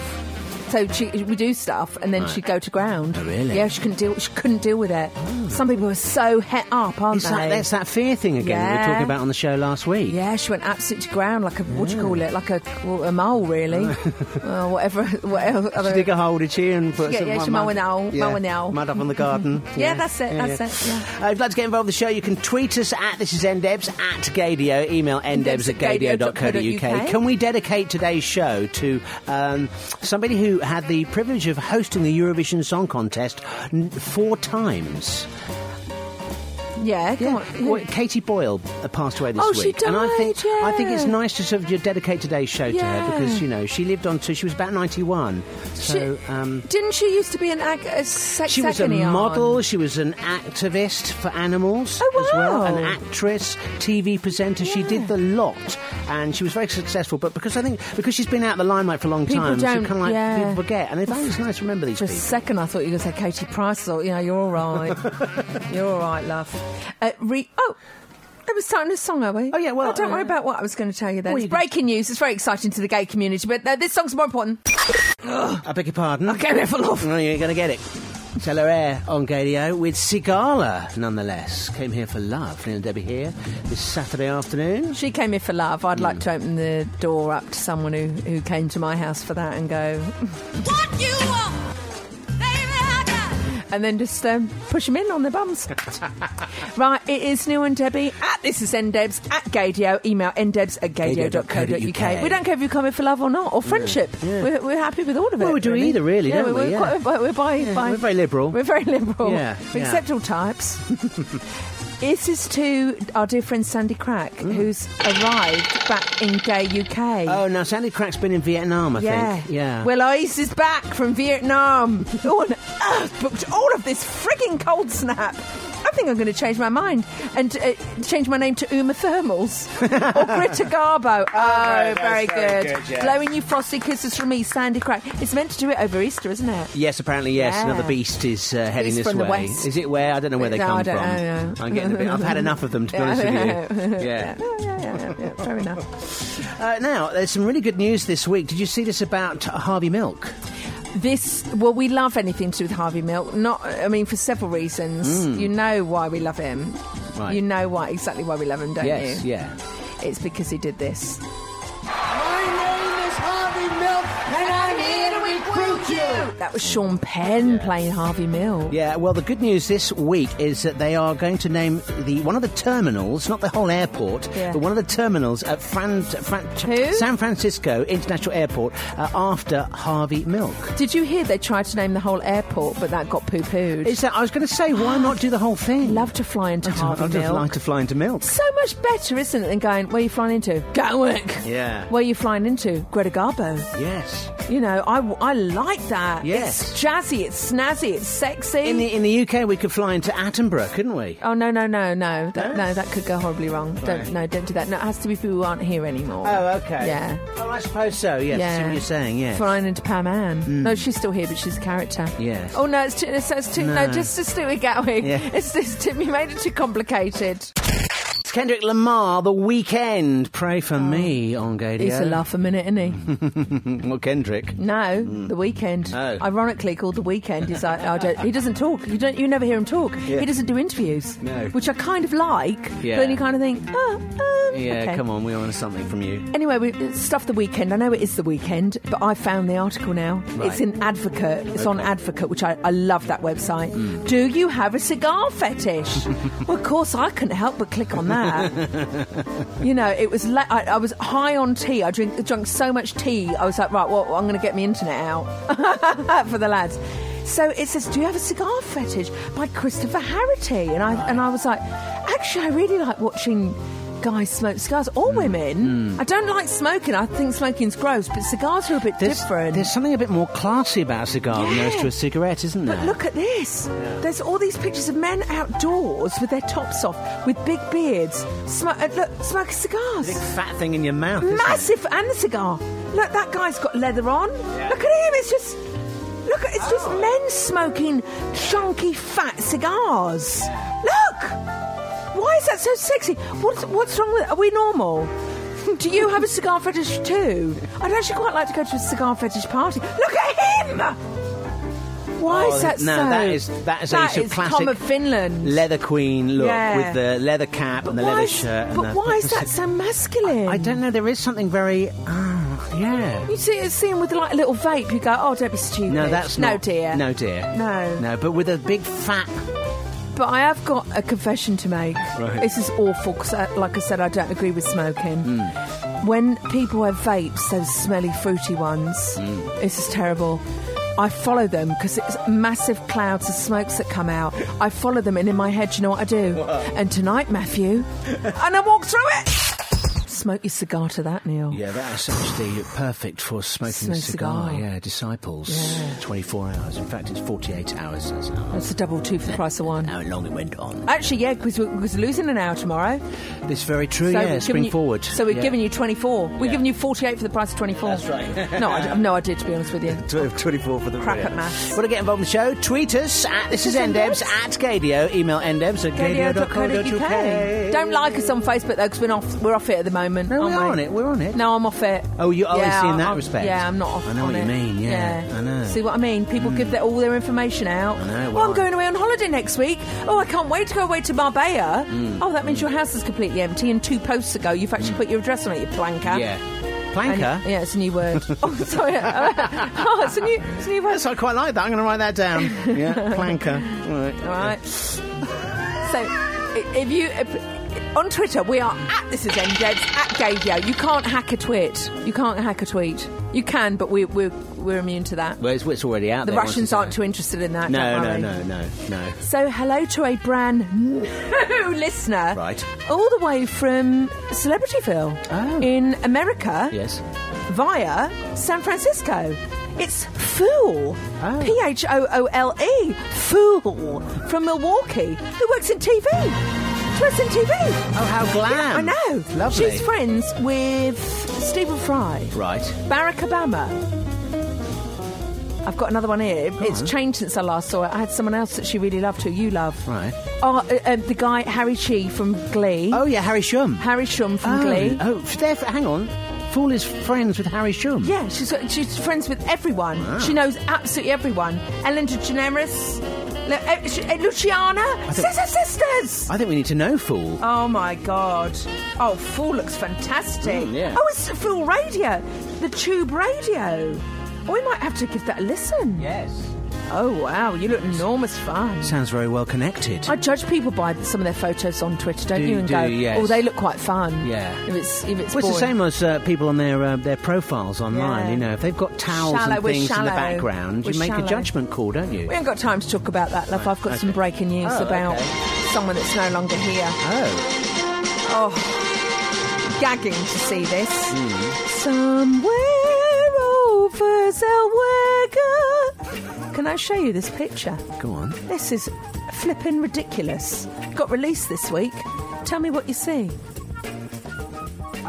So she, we do stuff, and then she'd go to ground.
Oh, really? Oh.
Yeah, she couldn't deal. She couldn't deal with it. Some people are so het up, aren't
It's
they?
that, that's that fear thing again that we were
Yeah.
talking about on the show last week.
yeah, she went absolutely to ground like a what do you call it? Like a well, a mole, really. uh, whatever, whatever.
She
Other,
dig a hole, did she? And put
Yeah,
some
yeah, she
mud-
mow an hole,
yeah,
mow an hole.
Mud up on the garden.
Yeah, that's it, that's it,
Uh, if you'd like to get involved with the show, you can tweet us at this is ndebs at gadio. Email ndebs at gadio.co.uk.
gadio.co.uk.
Can we dedicate today's show to um, somebody who had the privilege of hosting the Eurovision Song Contest n- four times?
yeah, come on.
Well, Katie Boyle uh, passed away this
Oh,
week,
she
and I think
died,
I think it's
yeah.
nice to sort of dedicate today's show to her
Yeah.
because you know she lived on to she was about ninety one, so.
She-
um,
Didn't she used to be an ag- a E sex
she was a
agony aunt?
model. She was an activist for animals
Oh,
as well.
wow.
An actress, TV presenter. She did the lot, and she was very successful. But because I think because she's been out of the limelight for a long
People
time,
don't-
she kind of like
yeah.
people forget. And I think it's nice to remember these
For a
people.
second, I thought you were going to say Katie Price. I thought, you know, you're all right. you're all right, love. Uh, re- oh, it was starting a song, are we?
Oh, yeah, well,
Oh, don't
uh,
worry about what I was going to tell you then.
Well,
it's
you did-
breaking news. It's very exciting to the gay community, but uh, this song's more important.
I beg your pardon.
Okay, we're for love.
No, you ain't going to get it. Teleraire on Gadio with Sigala, nonetheless. Came here for love. Neil and Debbie here this Saturday afternoon.
She came here for love. I'd
Mm.
like to open the door up to someone who, who came to my house for that and go.
What you want?
and then just um, push them in on their bums. right, it is Neil and Debbie at this is ndebs at gadio. Email ndebs at gadio.co.uk. We don't care if you come in for love or not, or friendship.
yeah.
We're, we're happy with all of it.
Well, we do either, really,
yeah, we're,
don't we?
We're,
Yeah.
quite, we're, by, by-
we're very liberal.
We're very liberal.
Yeah,
We
yeah.
accept all types. This is to our dear friend Sandy Crack, who's arrived back in Gay UK.
Mm. Oh, now Sandy Crack's been in Vietnam, I think. Yeah.
Well, Ice is back from Vietnam. oh, and Earth booked all of this frigging cold snap. I think I'm going to change my mind and uh, change my name to Uma Thermals or Greta Garbo. Oh,
that
very
was very
good.
good, yeah.
Blowing you frosty kisses from me, Sandy Crack. It's meant to do it over Easter, isn't it?
Yes, apparently, yes.
Yeah.
Another beast is uh, heading
He's
this
from
way.
the west. Uh,
Is it where? I don't know where they
No,
come
I don't
from.
know, yeah.
I'm getting a bit. I've had enough of them, to be
Yeah,
honest
I
with
know.
you. Yeah.
yeah, yeah, yeah, yeah, fair enough.
Uh, now, there's some really good news this week. Did you see this about Harvey Milk?
This, well, we love anything to do with Harvey Milk. Not, I mean, for several reasons.
Mm.
You know why we love him.
Right.
You know why exactly why we love him, don't you?
yes, yeah.
It's because he did this.
My name is Harvey Milk, and I'm here to recruit you.
That was Sean Penn playing Harvey Mill.
Yeah, well, the good news this week is that they are going to name the one of the terminals, not the whole airport,
Yeah.
but one of the terminals at Fran, Fran, San Francisco International Airport uh, after Harvey Milk.
Did you hear they tried to name the whole airport, but that got poo pooed?
Is that, I was going to say, why not do the whole thing?
Love to fly into Harvey
I'd
Milk.
like to fly into Milk.
So much better, isn't it, than going, where are you flying into? Gatwick.
Yeah.
Where are you flying into? Greta Garbo.
Yes.
You know, I, I like that.
Yes.
It's jazzy, it's snazzy, it's sexy.
In the in the UK, we could fly into Attenborough, couldn't we?
Oh no no no no that,
No?
no that could go horribly wrong. Don't
Right.
no don't do that. No, it has to be people who aren't here anymore. Yeah.
Oh, I suppose so. Yes. I see what you're saying. Yes. Mm.
Flying into Pam Ann. No, she's still here, but she's a character.
Yes.
Oh no, it's too. It's, it's too. No.
No.
just just do it, Gatwick.
Yeah.
It's just too, you made it too complicated.
It's Kendrick Lamar, The Weekend. Pray for me on Gadio.
Oh. He's a laugh a minute, isn't he?
well, Kendrick.
No, the weekend.
Oh.
Ironically, called the weekend is I, I don't. He doesn't talk. You don't. You never hear him talk.
Yeah.
He doesn't do interviews.
No.
Which I kind of like.
Yeah.
But then you kind of think, oh, um,
Yeah,
okay.
come on, we want something from you.
Anyway, we uh, stuff the weekend. I know it is the weekend, but I found the article now.
Right.
It's in Advocate. It's on
Okay. Mm.
Advocate, which I, I love that website. Do you have a cigar fetish? well, of course, I couldn't help but click on that. you know, it was la- I, I was high on tea. I drink, drank so much tea. I was like, right, well, I'm going to get my internet out for the lads. So it says, "Do you have a cigar fetish?" by Christopher Harity, and I and I was like, actually, I really like watching guys smoke cigars or
Mm.
women. I don't like smoking. I think smoking's gross, but cigars are a bit
There's,
different.
there's something a bit more classy about a cigar than there is
Yeah.
to a cigarette, isn't there?
But look at this. There's all these pictures of men outdoors with their tops off, with big beards, smoke, uh, look, smoking cigars.
Big fat thing in your mouth. isn't it?
Massive and the cigar. Look, that guy's got leather on. Look at him. It's just look. at- It's
Oh.
just men smoking chunky, fat cigars. Look. Why is that so sexy? What's what's wrong with? Are we normal? Do you have a cigar fetish too? I'd actually quite like to go to a cigar fetish party. Look at him. Why
Oh,
is that
no,
so?
that is- that is a sort of classic
Tom of Finland.
Leather queen look
Yeah.
with the leather cap and the
Why
leather
is-
shirt. and
but
the-
why is that so masculine?
I don't know. There is something very. ah, yeah.
You see, see him with like a little vape. You go, oh, don't be stupid.
No, that's
no,
not.
dear.
No, dear.
No.
No, but with a big fat.
But I have got a confession to make.
Right.
This is awful because, like I said, I don't agree with smoking.
Hmm.
When people have vapes, those smelly, fruity ones,
Hmm.
this is terrible. I follow them because it's massive clouds of smokes that come out. I follow them, and in my head, you know what I do? And tonight, Matthew, and I walk through it. Smoke your cigar to that, Neil.
Yeah, that's actually perfect for smoking
Smoke
a cigar.
cigar.
Yeah, disciples.
Yeah.
24 hours. In fact, it's 48 hours. That's how,
That's a double two for the price of one.
how long it went on.
Actually, yeah, because we're, 'cause we're losing an hour tomorrow.
It's very
So
true, yeah.
we've given
Spring
you-
forward.
So we've
yeah.
given you 24. We've
Yeah.
given you 48 for the price of 24.
That's right.
no, I have no idea, to be honest with you.
24 for the
Crap at maths.
Want to get involved in the show? Tweet us at this is ndebs at gadio. Email ndebs at gadio.co.uk.
Don't like us on Facebook, though, because we're off, we're off it at the moment. moment.
Oh, No,
are
we are on it. We're on it.
No, I'm off it.
Oh, you- oh, I
yeah,
see in that
I'm-
respect.
Yeah, I'm not off
I know
on
what you
it.
mean, yeah, I know. Hmm.
See what I mean? People give their, all their information out.
I know,
well, I'm
why?
going away on holiday next week. Oh, I can't wait to go away to Marbella.
Mm.
Oh, that means your house is completely empty. And two posts ago, you've actually put your address on it, you planker.
Hmm. Yeah. Planker?
And- yeah, it's a new word. oh, sorry. oh, it's a new, it's a new word.
I quite like that. I'm going to write that down. Yeah, planker. All right.
All right. so, i- if you if, on Twitter, we are at this is ndebs at Gavio. You can't hack a tweet. You can't hack a tweet. You can, but we, we're we're immune to that.
Well, it's, it's already out
the
there.
Russians aren't too interested in that.
No,
don't
no,
worry.
no, no, no.
So, hello to a brand new listener,
Right. Oh.
all the way from Celebrityville in America
Yes.
via San Francisco. It's Fool.
Oh.
P H O O L E. Fool. From Milwaukee, who works in TV. She works in TV. Oh,
how glam.
I know.
Lovely.
She's friends with Stephen Fry,
Right.
Barack Obama. I've got another one here. it's changed since I last saw it. I had someone else that she really loved who you love.
Right.
Oh, uh, uh, the guy, Harry Chi from Glee. Oh,
yeah, Harry Shum.
Harry Shum from
oh,
Glee.
Oh, f- there, hang on. Fool is friends with Harry Shum.
Yeah, she's she's friends with everyone.
Wow.
She knows absolutely everyone. Ellen DeGeneres, Lu- eh, sh- eh, Luciana,
think-
Sister Sisters.
I think we need to know Fool.
Oh my god! Oh, Fool looks fantastic.
Mm, yeah.
Oh, it's Fool Radio, the Tube Radio. Oh, we might have to give that a listen.
Yes.
Oh wow, you look enormous fun.
Sounds very well connected.
I judge people by some of their photos on Twitter, don't
Do-
you? And
do,
go,
yes.
oh, they look quite fun.
Yeah.
If it's if it's
Well, it's
boring.
the same as uh, people on their uh, their profiles online.
Yeah.
You know, if they've got towels
Shallow,
and
we're
things in the
shallow.
background, you
We're
make
shallow.
a judgment call, don't you?
We haven't got time to talk about that, love. I've got some breaking news
Oh,
about someone that's no longer here.
Oh.
Oh, gagging to see this.
Mm.
Somewhere over Zelwega. Can I show you this picture?
Go on.
This is flipping ridiculous. Got released this week. Tell me what you see.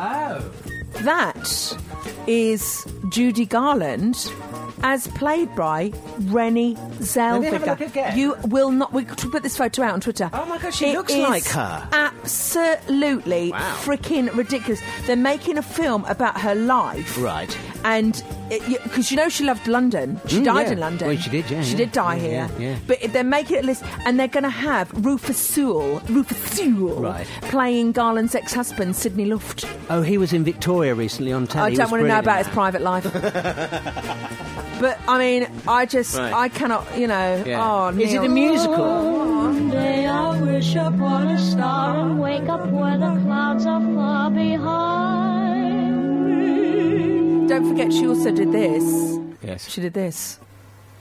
Oh.
That is Judy Garland as played by Rennie
Let me have a look
Zellweger.
again.
You will not. We could put this photo out on Twitter. Oh
my God, she looks like her.
Absolutely freaking ridiculous. They're making a film about her life.
Right.
And because you know she loved London, she
Mm,
died
yeah.
in London.
Well, she did, yeah,
She
yeah.
did die
Yeah,
here.
yeah, yeah.
But if they're making it a list, and they're going to have Rufus Sewell, Rufus Sewell,
Right.
playing Garland's ex-husband Sidney Luft.
Oh, he was in Victoria recently on telly.
I
He
don't
was
want to know
brilliant
about his
in
private life. but I mean, I just,
Right.
I cannot, you know.
Yeah.
Oh,
Is
Neil.
it
Oh.
a musical?
One day I wish upon a star and wake up where the clouds are far behind me.
Don't forget, she also did this.
Yes.
She did this.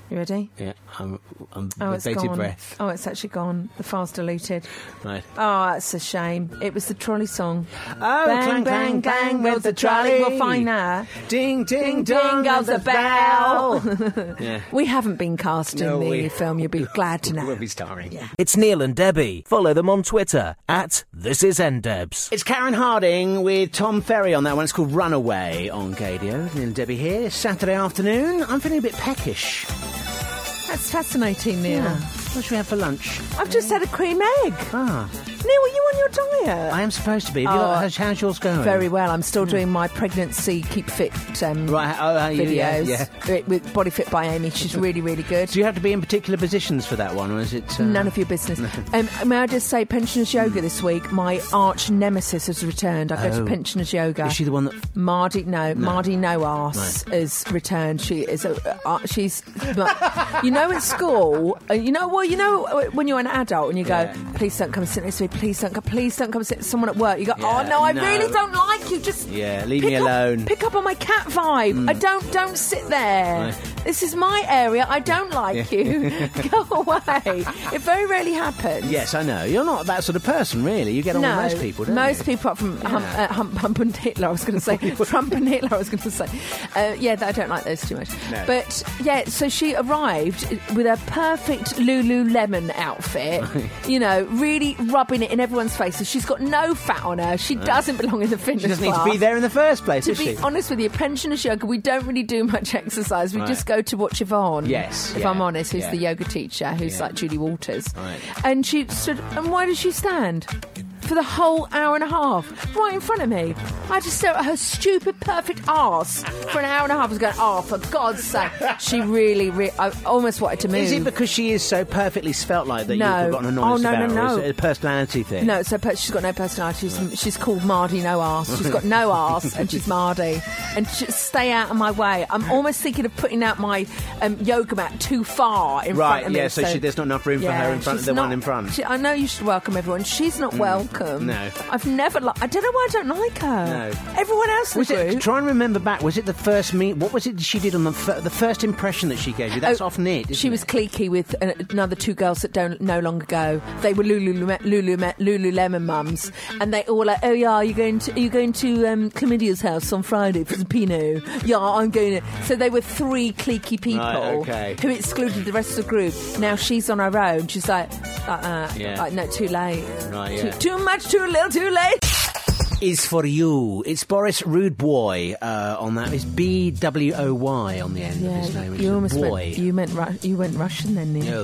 You ready?
that. Yeah, I'm, I'm
Oh,
with
it's
bated
gone.
breath.
Oh, it's actually gone. The file's diluted.
Right.
Oh, that's a shame. It was the trolley song. Oh,
clang,
bang,
clang,
bang,
clang
bang,
with
with
the
the trolley.
trolley.
We'll find that.
Ding, ding,
Ding, ding,
dong,
goes the bell.
yeah.
We haven't been cast in
No,
the
we-
film. You'll be glad to know.
We'll be starring. Yeah.
It's Neil and Debbie. Follow them on Twitter at This Is NDebs.
It's Karen Harding with Tom Ferry on that one. It's called Runaway on Gadio. Neil and Debbie here. It's Saturday afternoon. I'm feeling a bit peckish.
That's fascinating, Neil.
Yeah. What should we have for lunch?
I've just had a cream egg.
Ah.
Neil, are you on your diet?
I am supposed to be. Have you
Oh,
got- how's, how's yours going?
Very well. I'm still doing my pregnancy keep fit um,
Right, oh, how you- yeah,
videos
yeah.
wi- with Body Fit by Amy. She's really, really good.
Do you have to be in particular positions for that one, or is it? Uh...
None of your business. Um, may I just say, Pensioners Yoga this week, my arch nemesis has returned. I go
Oh.
to Pensioners Yoga.
Is she the one that?
Mardi, no, Mardi No Arse has returned. She is a, uh, she's, you know, at school, uh, you know, well, you know, when you're an adult and you go,
Yeah.
please don't come sit next to me, please don't come, please don't come sit. Someone at work, you go,
Yeah,
oh no, I
no.
really don't like you. Just
Yeah, leave
pick
me
up-
alone.
pick up on my cat vibe.
Mm.
I don't don't sit there.
Right.
This is my area. I don't like
Yeah.
you. Go away. It very rarely happens.
Yes, I know. You're not that sort of person, really. You get on
no,
with most people, don't
most
you?
people, apart from Hump,
Yeah.
uh, Hump, Hump and Hitler, I was going to say Trump and Hitler. I was going to say, uh, yeah, that- I don't like those too much.
No.
But yeah, so she arrived with a perfect Lululemon outfit. you know, really rubbing it in everyone's faces. She's got no fat on her. She
Right.
doesn't belong in the fitness
She doesn't need to
class.
be there in the first place,
To
does
be
she?
honest with you, pensioners yoga, we don't really do much exercise. We
Right.
just go to watch Yvonne.
Yes,
If
yeah,
I'm honest, who's
yeah.
the yoga teacher, who's
Yeah.
like Julie Waters.
Right.
And she stood, and why does she stand? for the whole hour and a half, right in front of me. I just stare at her stupid, perfect arse for an hour and a half. I was going, oh, for God's sake. She really, really, I almost wanted to move.
Is it because she is so perfectly spelt like that
No.
you've gotten annoyed
Oh, no,
about
no,
her? Or is
no.
it a personality thing?
No, so per- she's got no personality. She's, she's called Mardy No Arse. She's got no arse, and she's Mardy. And just stay out of my way. I'm almost thinking of putting out my um, yoga mat too far in
Right,
front of me.
yeah, so she- there's not enough room for her in front of
she's
the one in front.
She, I know you should welcome everyone. She's not
Mm,
welcome.
no.
I've never. Li- I don't know why I don't like her.
No.
Everyone else in
Was
the group.
it, try and remember back. Was it the first meet? What was it she did on the, fir- the first impression that she gave you? That's
Oh,
often it.
She was cliquey with an- another two girls that don't no longer go. They were Lululeme- Lululeme- Lululemon mums, and they all like, "Oh yeah, are you going to are you going to um, Chlamydia's house on Friday for the Pinot? Yeah, I'm going." to. So they were three cliquey people
Right, okay.
who excluded the rest of the group. Now she's on her own. She's like, uh-uh,
Yeah.
like, "No, too late.
Right,
Too-
yeah.
too much, too little, too late."
is for you. It's Boris Rudeboy uh, on that. It's B W O Y on the end of his name. which
you
is
almost
boy.
went, you went Ru- you went Russian then, Neil.
Yeah,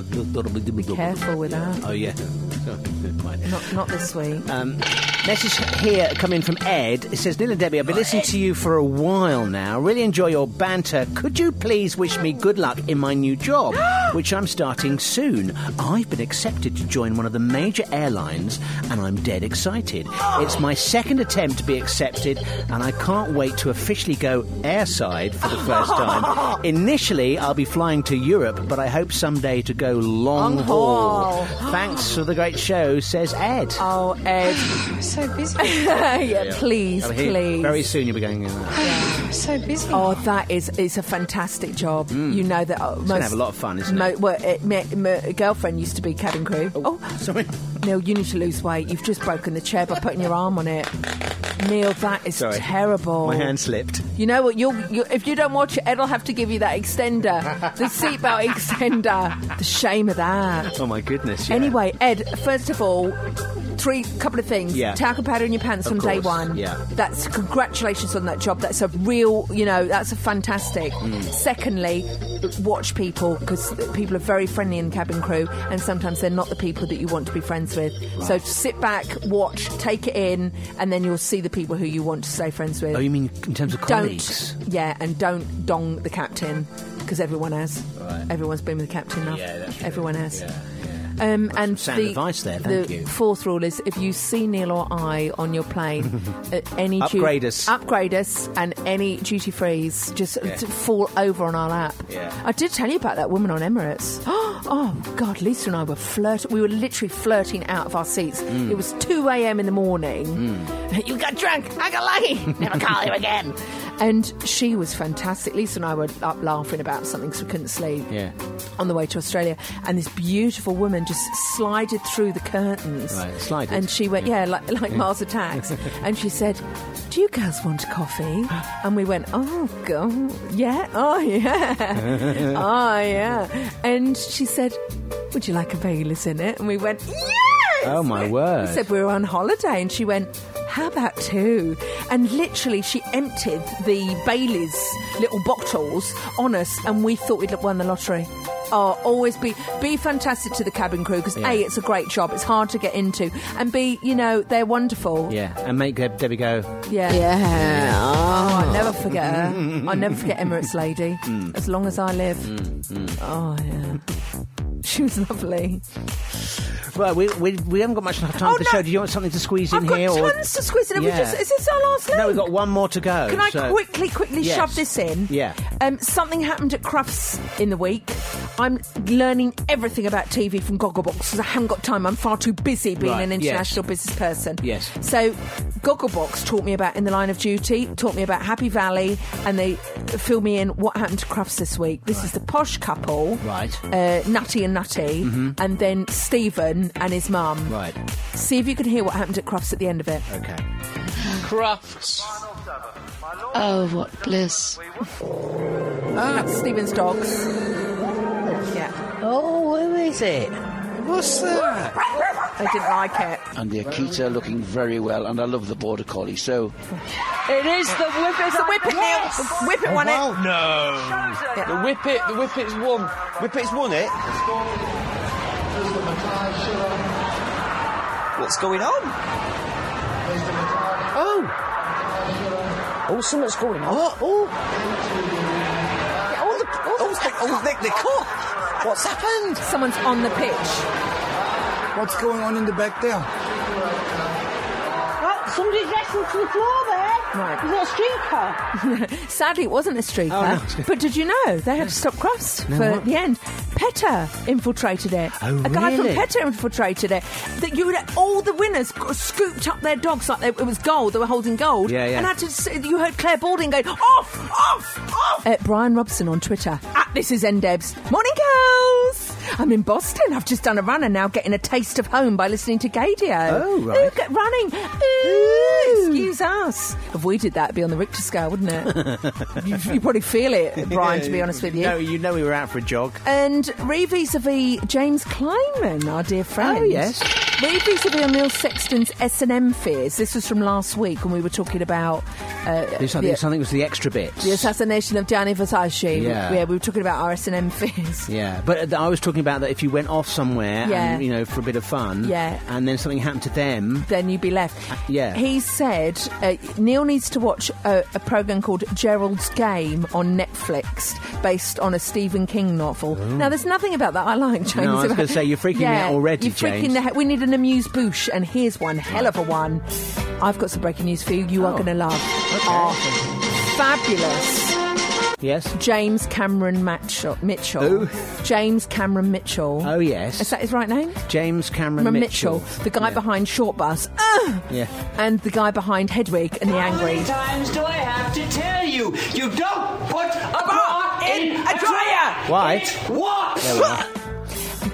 Be careful with that.
Oh yeah. Right.
Not not this week.
Um, message here coming from Ed. It says, Neil and Debbie, I've been listening to you for a while now. Really enjoy your banter. Could you please wish me good luck in my new job, which I'm starting soon? I've been accepted to join one of the major airlines, and I'm dead excited. It's my second attempt to be accepted, and I can't wait to officially go airside for the first time. Initially, I'll be flying to Europe, but I hope someday to go long,
Long
haul.
haul.
Thanks for the great show, says Ed.
Oh, Ed.
so busy.
yeah,
Yeah.
please,
I mean, he-
please.
Very soon you'll be going in there.
so busy.
Oh, that is it's a fantastic job. You know that uh, most
Mm. gonna have a lot of fun, isn't it?
Well, it, my, my girlfriend used to be cabin crew. Oh,
sorry,
Neil, you need to lose weight. You've just broken the chair by putting your arm on it. Neil, that is
Sorry.
terrible.
My hand slipped.
You know what? You'll, you if you don't watch it, Ed'll have to give you that extender, the seatbelt extender. The shame of that.
Oh my goodness. yeah.
Anyway, Ed, first of all, three couple of things.
Yeah.
Talcum powder in your pants
Of
on day
course,
one.
yeah.
That's congratulations on that job. That's a real, you know, that's a fantastic.
Mm.
Secondly, watch people because people are very friendly in cabin crew, and sometimes they're not the people that you want to be friends with. So sit back, watch, take it in, and then you'll see the people who you want to stay friends with.
Oh, you mean in terms of colleagues?
Don't, yeah, and don't dong the captain because everyone has.
Right.
Everyone's been with the captain enough.
Yeah, that's true.
everyone has.
Yeah,
Um, and
sound
the,
advice there,
the
thank you.
Fourth rule is if you see Neil or I on your plane at any du-
Upgrade us.
upgrade us, and any duty frees just
Yeah.
to fall over on our lap.
Yeah.
I did tell you about that woman on Emirates. Oh God, Lisa and I were flirting. We were literally flirting out of our seats.
Mm.
It was two a.m. in the morning. You got drunk. I got lucky. Never call you again. And she was fantastic. Lisa and I were up laughing about something because we couldn't sleep
Yeah.
on the way to Australia, and this beautiful woman just slided through the curtains.
Right, slided.
And she went, yeah, like, like Mars Attacks. and she said, Do you girls want coffee? And we went, Oh, God, yeah, oh, yeah, oh, yeah. And she said, Would you like a Baileys in it? And we went, Yes!
Oh, my word.
We said, We were on holiday, and she went, how about two? And literally, she emptied the Bailey's little bottles on us, and we thought we'd have won the lottery. Oh, always be be fantastic to the cabin crew because
Yeah.
a it's a great job. It's hard to get into, and b you know they're wonderful.
Yeah, and make Deb- Debbie go.
Yeah. Yeah. Oh, I'll never forget her. I'll never forget Emirates Lady
Mm.
as long as I live. Oh, yeah. She was lovely.
Right, we, we, we haven't got much time
Oh,
for the
no.
show. Do you want something to squeeze in
I've got
here? or-
tons to squeeze in. Have we
Yeah.
just- is this our last
No, we've
link?
got one more to go.
Can I
Um, so-
quickly, quickly
Yes.
shove this in?
Yeah.
Um, something happened at Crufts in the week. I'm learning everything about TV from Gogglebox because I haven't got time. I'm far too busy being
Right,
an
yes.
international business person.
Yes.
So Gogglebox taught me about In the Line of Duty, taught me about Happy Valley, and they fill me in what happened to Crufts this week. This is the posh couple,
Right. Mm-hmm.
Uh, Nutty and Nutty, and then Stephen and his mum.
Right.
See if you can hear what happened at Crufts at the end of it.
Okay.
Crafts. Oh, what bliss.
Oh.
That's Stephen's dogs. Yeah.
Oh, who is it? What's that?
I didn't like it.
And the Akita looking very well, and I love the border collie. So
It is the whip. It's the whip it, Neil. The whip it won it.
No. The whippet, the whippet's won. Whippet's won it.
What's going on?
Oh! Oh, something's going on. Oh! Yeah, Oh, the, oh, the, oh, the, the caught. What's happened?
Someone's on the pitch.
What's going on in the back there?
Well, somebody's wrestling to the floor there. Right. Is that a streaker?
Sadly, it wasn't a streaker.
Oh,
But did you know they had to stop crust
No,
for
what?
the end? Petter infiltrated it.
Oh,
a guy from
really?
Petter infiltrated it. That you would, all the winners g- scooped up their dogs like they, it was gold. They were holding gold.
Yeah, yeah.
And had to. s- You heard Claire Balding going off, off, off. At Brian Robson on Twitter. At this is Ndebs. Morning, girls. I'm in Boston. I've just done a run and now getting a taste of home by listening to Gadio.
Oh, right.
Ooh, get running. Ooh, excuse us. If we did that, it'd be on the Richter scale, wouldn't it? you, you probably feel it, Brian, to be honest with you.
No, you know we were out for a jog.
And re vis a vis James Kleinman, our dear friend.
Oh, yes.
Re vis a vis Neil Sexton's S&M fears. This was from last week when we were talking about... Uh,
There's
the,
something, something was the extra bits.
the assassination of Gianni Versace.
Yeah.
We, yeah, we were talking about our S&M fears.
Yeah, but uh, I was talking about that if you went off somewhere,
Yeah.
and, you know, for a bit of fun,
Yeah.
and then something happened to them,
Then you'd be left.
Uh, yeah,
He said uh, Neil needs to watch a, a program called Gerald's Game on Netflix, based on a Stephen King novel. Now, there's nothing about that I like, James.
Oh. No, I was
about-
gonna say, you're freaking me
Yeah,
out already,
You're freaking
James.
the he- We need an amuse bouche, and here's one hell of a one. I've got some breaking news for you. You are
Oh.
going to love. Our fabulous.
yes.
James Cameron Matchell, Mitchell.
Who?
James Cameron Mitchell.
Oh yes,
Is that his right name?
James Cameron
Cameron
Mitchell.
Mitchell, the guy behind Short Bus. Ugh!
Yeah,
and the guy behind Hedwig and the
How
Angry.
many times do I have to tell you? You don't put a bra in a dryer.
why?
What?
There we are.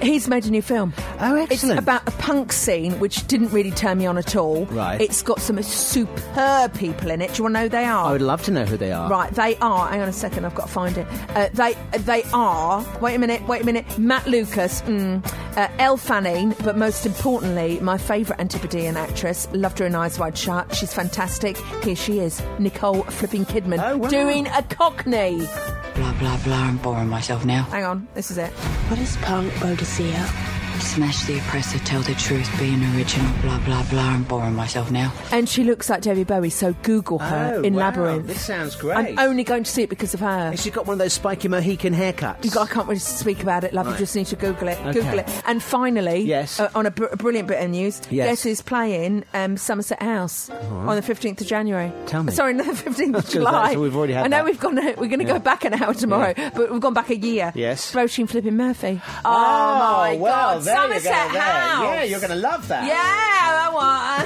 He's made a new film.
Oh,
excellent! It's about a punk scene, which didn't really turn me on at all.
Right.
It's got some superb people in it. Do you want to know who they are?
I would love to know who they are.
Right, they are. Hang on a second, I've got to find it. Uh, they they are. Wait a minute, wait a minute. Matt Lucas, mm, uh, Elle Fanning, but most importantly, my favourite Antipodean actress. Loved her in Eyes Wide Shut. She's fantastic. Here she is, Nicole Flipping Kidman,
Oh,
doing a Cockney.
Blah, blah, blah. I'm boring myself now.
Hang on, this is it.
What is punk, Bodicea? Smash the oppressor, tell the truth, be an original. Blah, blah, blah. I'm boring myself now.
And she looks like Debbie Bowie, so Google her
Oh,
in
wow,
Labyrinth.
This sounds great.
I'm only going to see it because of her.
She's got one of those spiky Mohican haircuts.
You got- I can't really speak about it, love. You
Right.
just need to Google it.
Okay.
Google it. And finally, yes. on a, br- a brilliant bit of news,
Yes.
guess who's playing um, Somerset House on the 15th of January?
Tell me.
Sorry, no, the 15th of
That's-
July.
we've already had
I know
that.
we've gone. We're going to
Yeah.
go back an hour tomorrow,
Yeah.
but we've gone back a year.
Yes.
Roisin flipping Murphy. Oh, my God,
well, there you go
Somerset
there.
House.
Yeah, you're gonna love that.
Yeah, I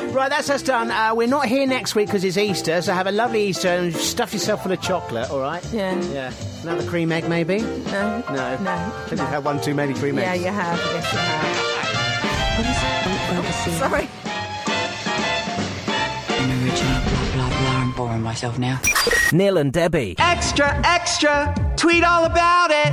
want.
right, that's us done. Uh, we're not here next week because it's Easter, so have a lovely Easter and stuff yourself full of chocolate, all right?
Yeah.
Yeah. Another cream egg, maybe?
No.
No.
No.
I think we've had one too many cream
Yeah,
eggs.
you have. Yes, you have. Sorry.
An original. Blah, blah, blah. I'm boring myself now.
Neil and Debbie.
Extra, extra. Tweet all about it.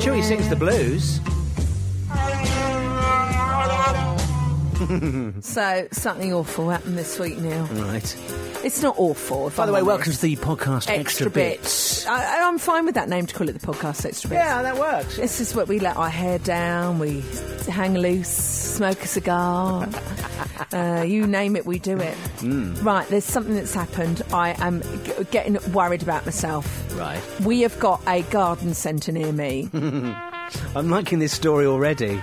Chewy sings the blues.
So something awful happened this week, Neil.
right.
It's not awful. If
By the
I'm
way,
honest.
welcome to the podcast Extra,
bits. I, I'm fine with that name to call it the podcast extra bits.
Yeah, that works.
This is what we let our hair down. We hang loose, smoke a cigar. uh, you name it, we do it.
Hmm.
Mm.
Right, there's something that's happened. I am g- getting worried about myself.
Right.
We have got a garden centre near me.
I'm liking this story already.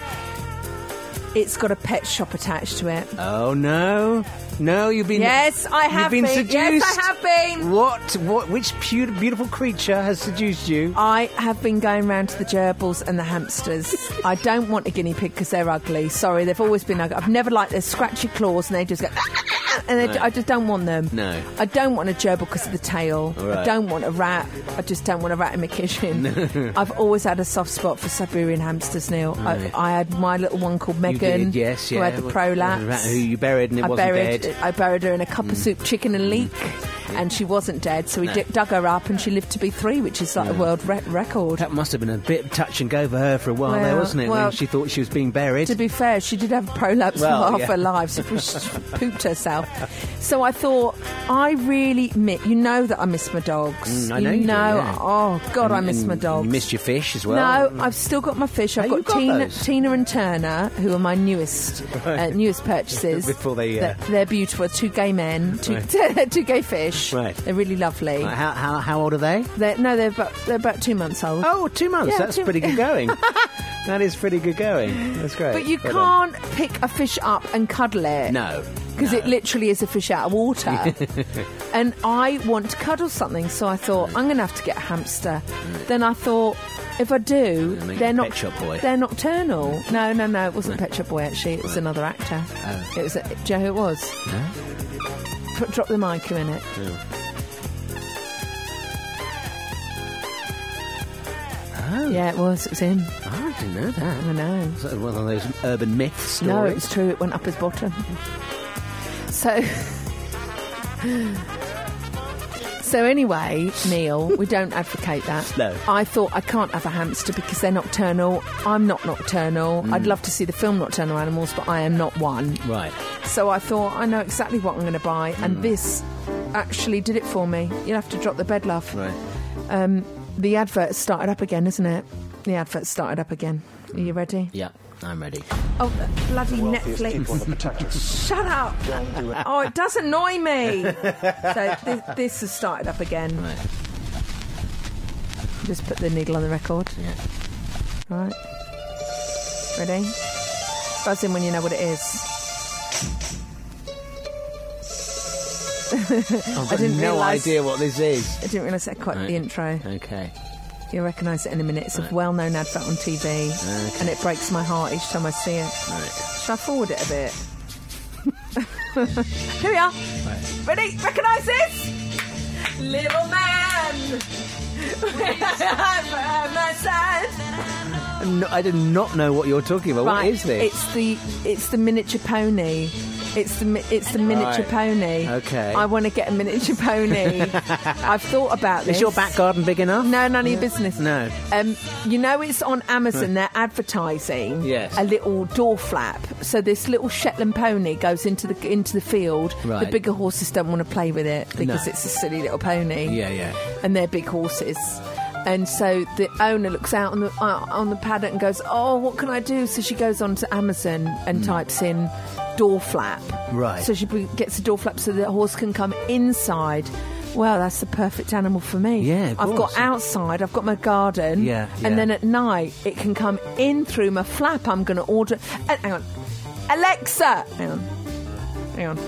It's got a pet shop attached to it.
Oh no, no! You've been
Yes, I
you've
have
been,
been.
seduced.
Yes, I have been.
What? What? Which pu- beautiful creature has seduced you?
I have been going round to the gerbils and the hamsters. I don't want a guinea pig because they're ugly. Sorry, they've always been ugly. I've never liked their scratchy claws and they just go. "Ah," And they,
No.
I just don't want them.
No.
I don't want a gerbil because of the tail.
All right.
I don't want a rat. I just don't want a rat in my kitchen.
No.
I've always had a soft spot for Siberian hamsters, Neil.
Right.
I, I had my little one called
You
Megan.
did, yes, yeah.
Who had the
What-
prolapse.
Who you buried and it
I
wasn't
buried,
dead.
I buried her in a cup of soup, chicken and leek. and she wasn't dead. So he
Mm. No.
d- dug her up, and she lived to be three, which is like a world re- record.
That must have been a bit touch and go for her for a while there,
Well,
wasn't it?
well-
when she thought she was being buried.
To be fair, she did have prolapse
Well,
for half
yeah.
her life, so she pooped herself. So I thought, I really miss. You know that I miss my dogs.
Mm, I know you do, yeah.
Oh God, I
And-
miss
and
my dogs.
You missed your fish as well.
No, I've still got my fish. I've
Oh,
got,
you've got
Tina,
those.
Tina and Turner, who are my newest uh, newest purchases.
Before they, uh,
they're, they're beautiful. Two gay men, two, two gay fish.
Right.
They're really lovely.
Right, how, how, how old are they?
They're, no, they're about, they're about two months old.
Oh, two months. That's pretty good going. that is pretty good going. That's great.
But you
Well done.
can't pick a fish up and cuddle it.
No.
Because it literally is a fish out of water. and I want to cuddle something, so I thought, I'm going to have to get a hamster. Then I thought, if I do,
Mm. make
they're
it
not
Pet Shop Boy.
they're nocturnal. No, no, no, it wasn't Pet Shop Boy actually. It was another actor.
Oh.
It was. A, do you know who it was?
No?
Put, drop the mic a minute.
Oh.
Yeah, it was. It was him.
I didn't know that.
I know.
Is that one of those urban myth stories?
No, it's true. It went up his bottom. So. So anyway, Neil, we don't advocate that.
No.
I thought I can't have a hamster because they're nocturnal. I'm not nocturnal. I'd love to see the film Nocturnal Animals, but I am not one.
Right.
So I thought I know exactly what I'm going to buy, and this actually did it for me. You'll have to drop the bed, love.
Right.
Um, the advert started up again, isn't it? The advert started up again. Are you ready?
Yeah, I'm ready.
Oh, bloody Netflix. Shut up. Oh, it does annoy me. so this, this has started up again. Just put the needle on the record.
Yeah.
Right. Ready? Buzz in when you know what it is.
I've
I
got
didn't
no
realise.
idea what this is.
I didn't realise that quite
Right.
the intro.
Okay.
You'll recognise it in a minute. It's a well-known advert on TV,
Okay.
and it breaks my heart each time I see it.
Right.
Shall I forward it a bit? Here we are.
Right.
Ready? Recognise this? Little man. by my side.
No, I did not know what you're talking about.
Right,
What is this?
It's the it's the miniature pony. It's the mi- it's the miniature
Right.
pony.
Okay.
I want to get a miniature pony. I've thought about this.
Is your back garden big enough?
No, none of your business.
No.
Um, you know, it's on Amazon.
Right.
They're advertising
Yes.
a little door flap. So this little Shetland pony goes into the into the field.
Right.
The bigger horses don't want to play with it because
No.
it's a silly little pony.
Yeah, yeah.
And they're big horses. And so the owner looks out on the uh, on the paddock and goes, "Oh, what can I do?" So she goes onto Amazon and types in door flap.
Hmm. Right.
So she b- gets a door flap so the horse can come inside. Well, that's the perfect animal for me.
Yeah, of
I've
course.
got outside. I've got my garden.
Yeah, yeah.
And then at night, it can come in through my flap. I'm going to order. uh, hang on, Alexa. Hang on, hang on,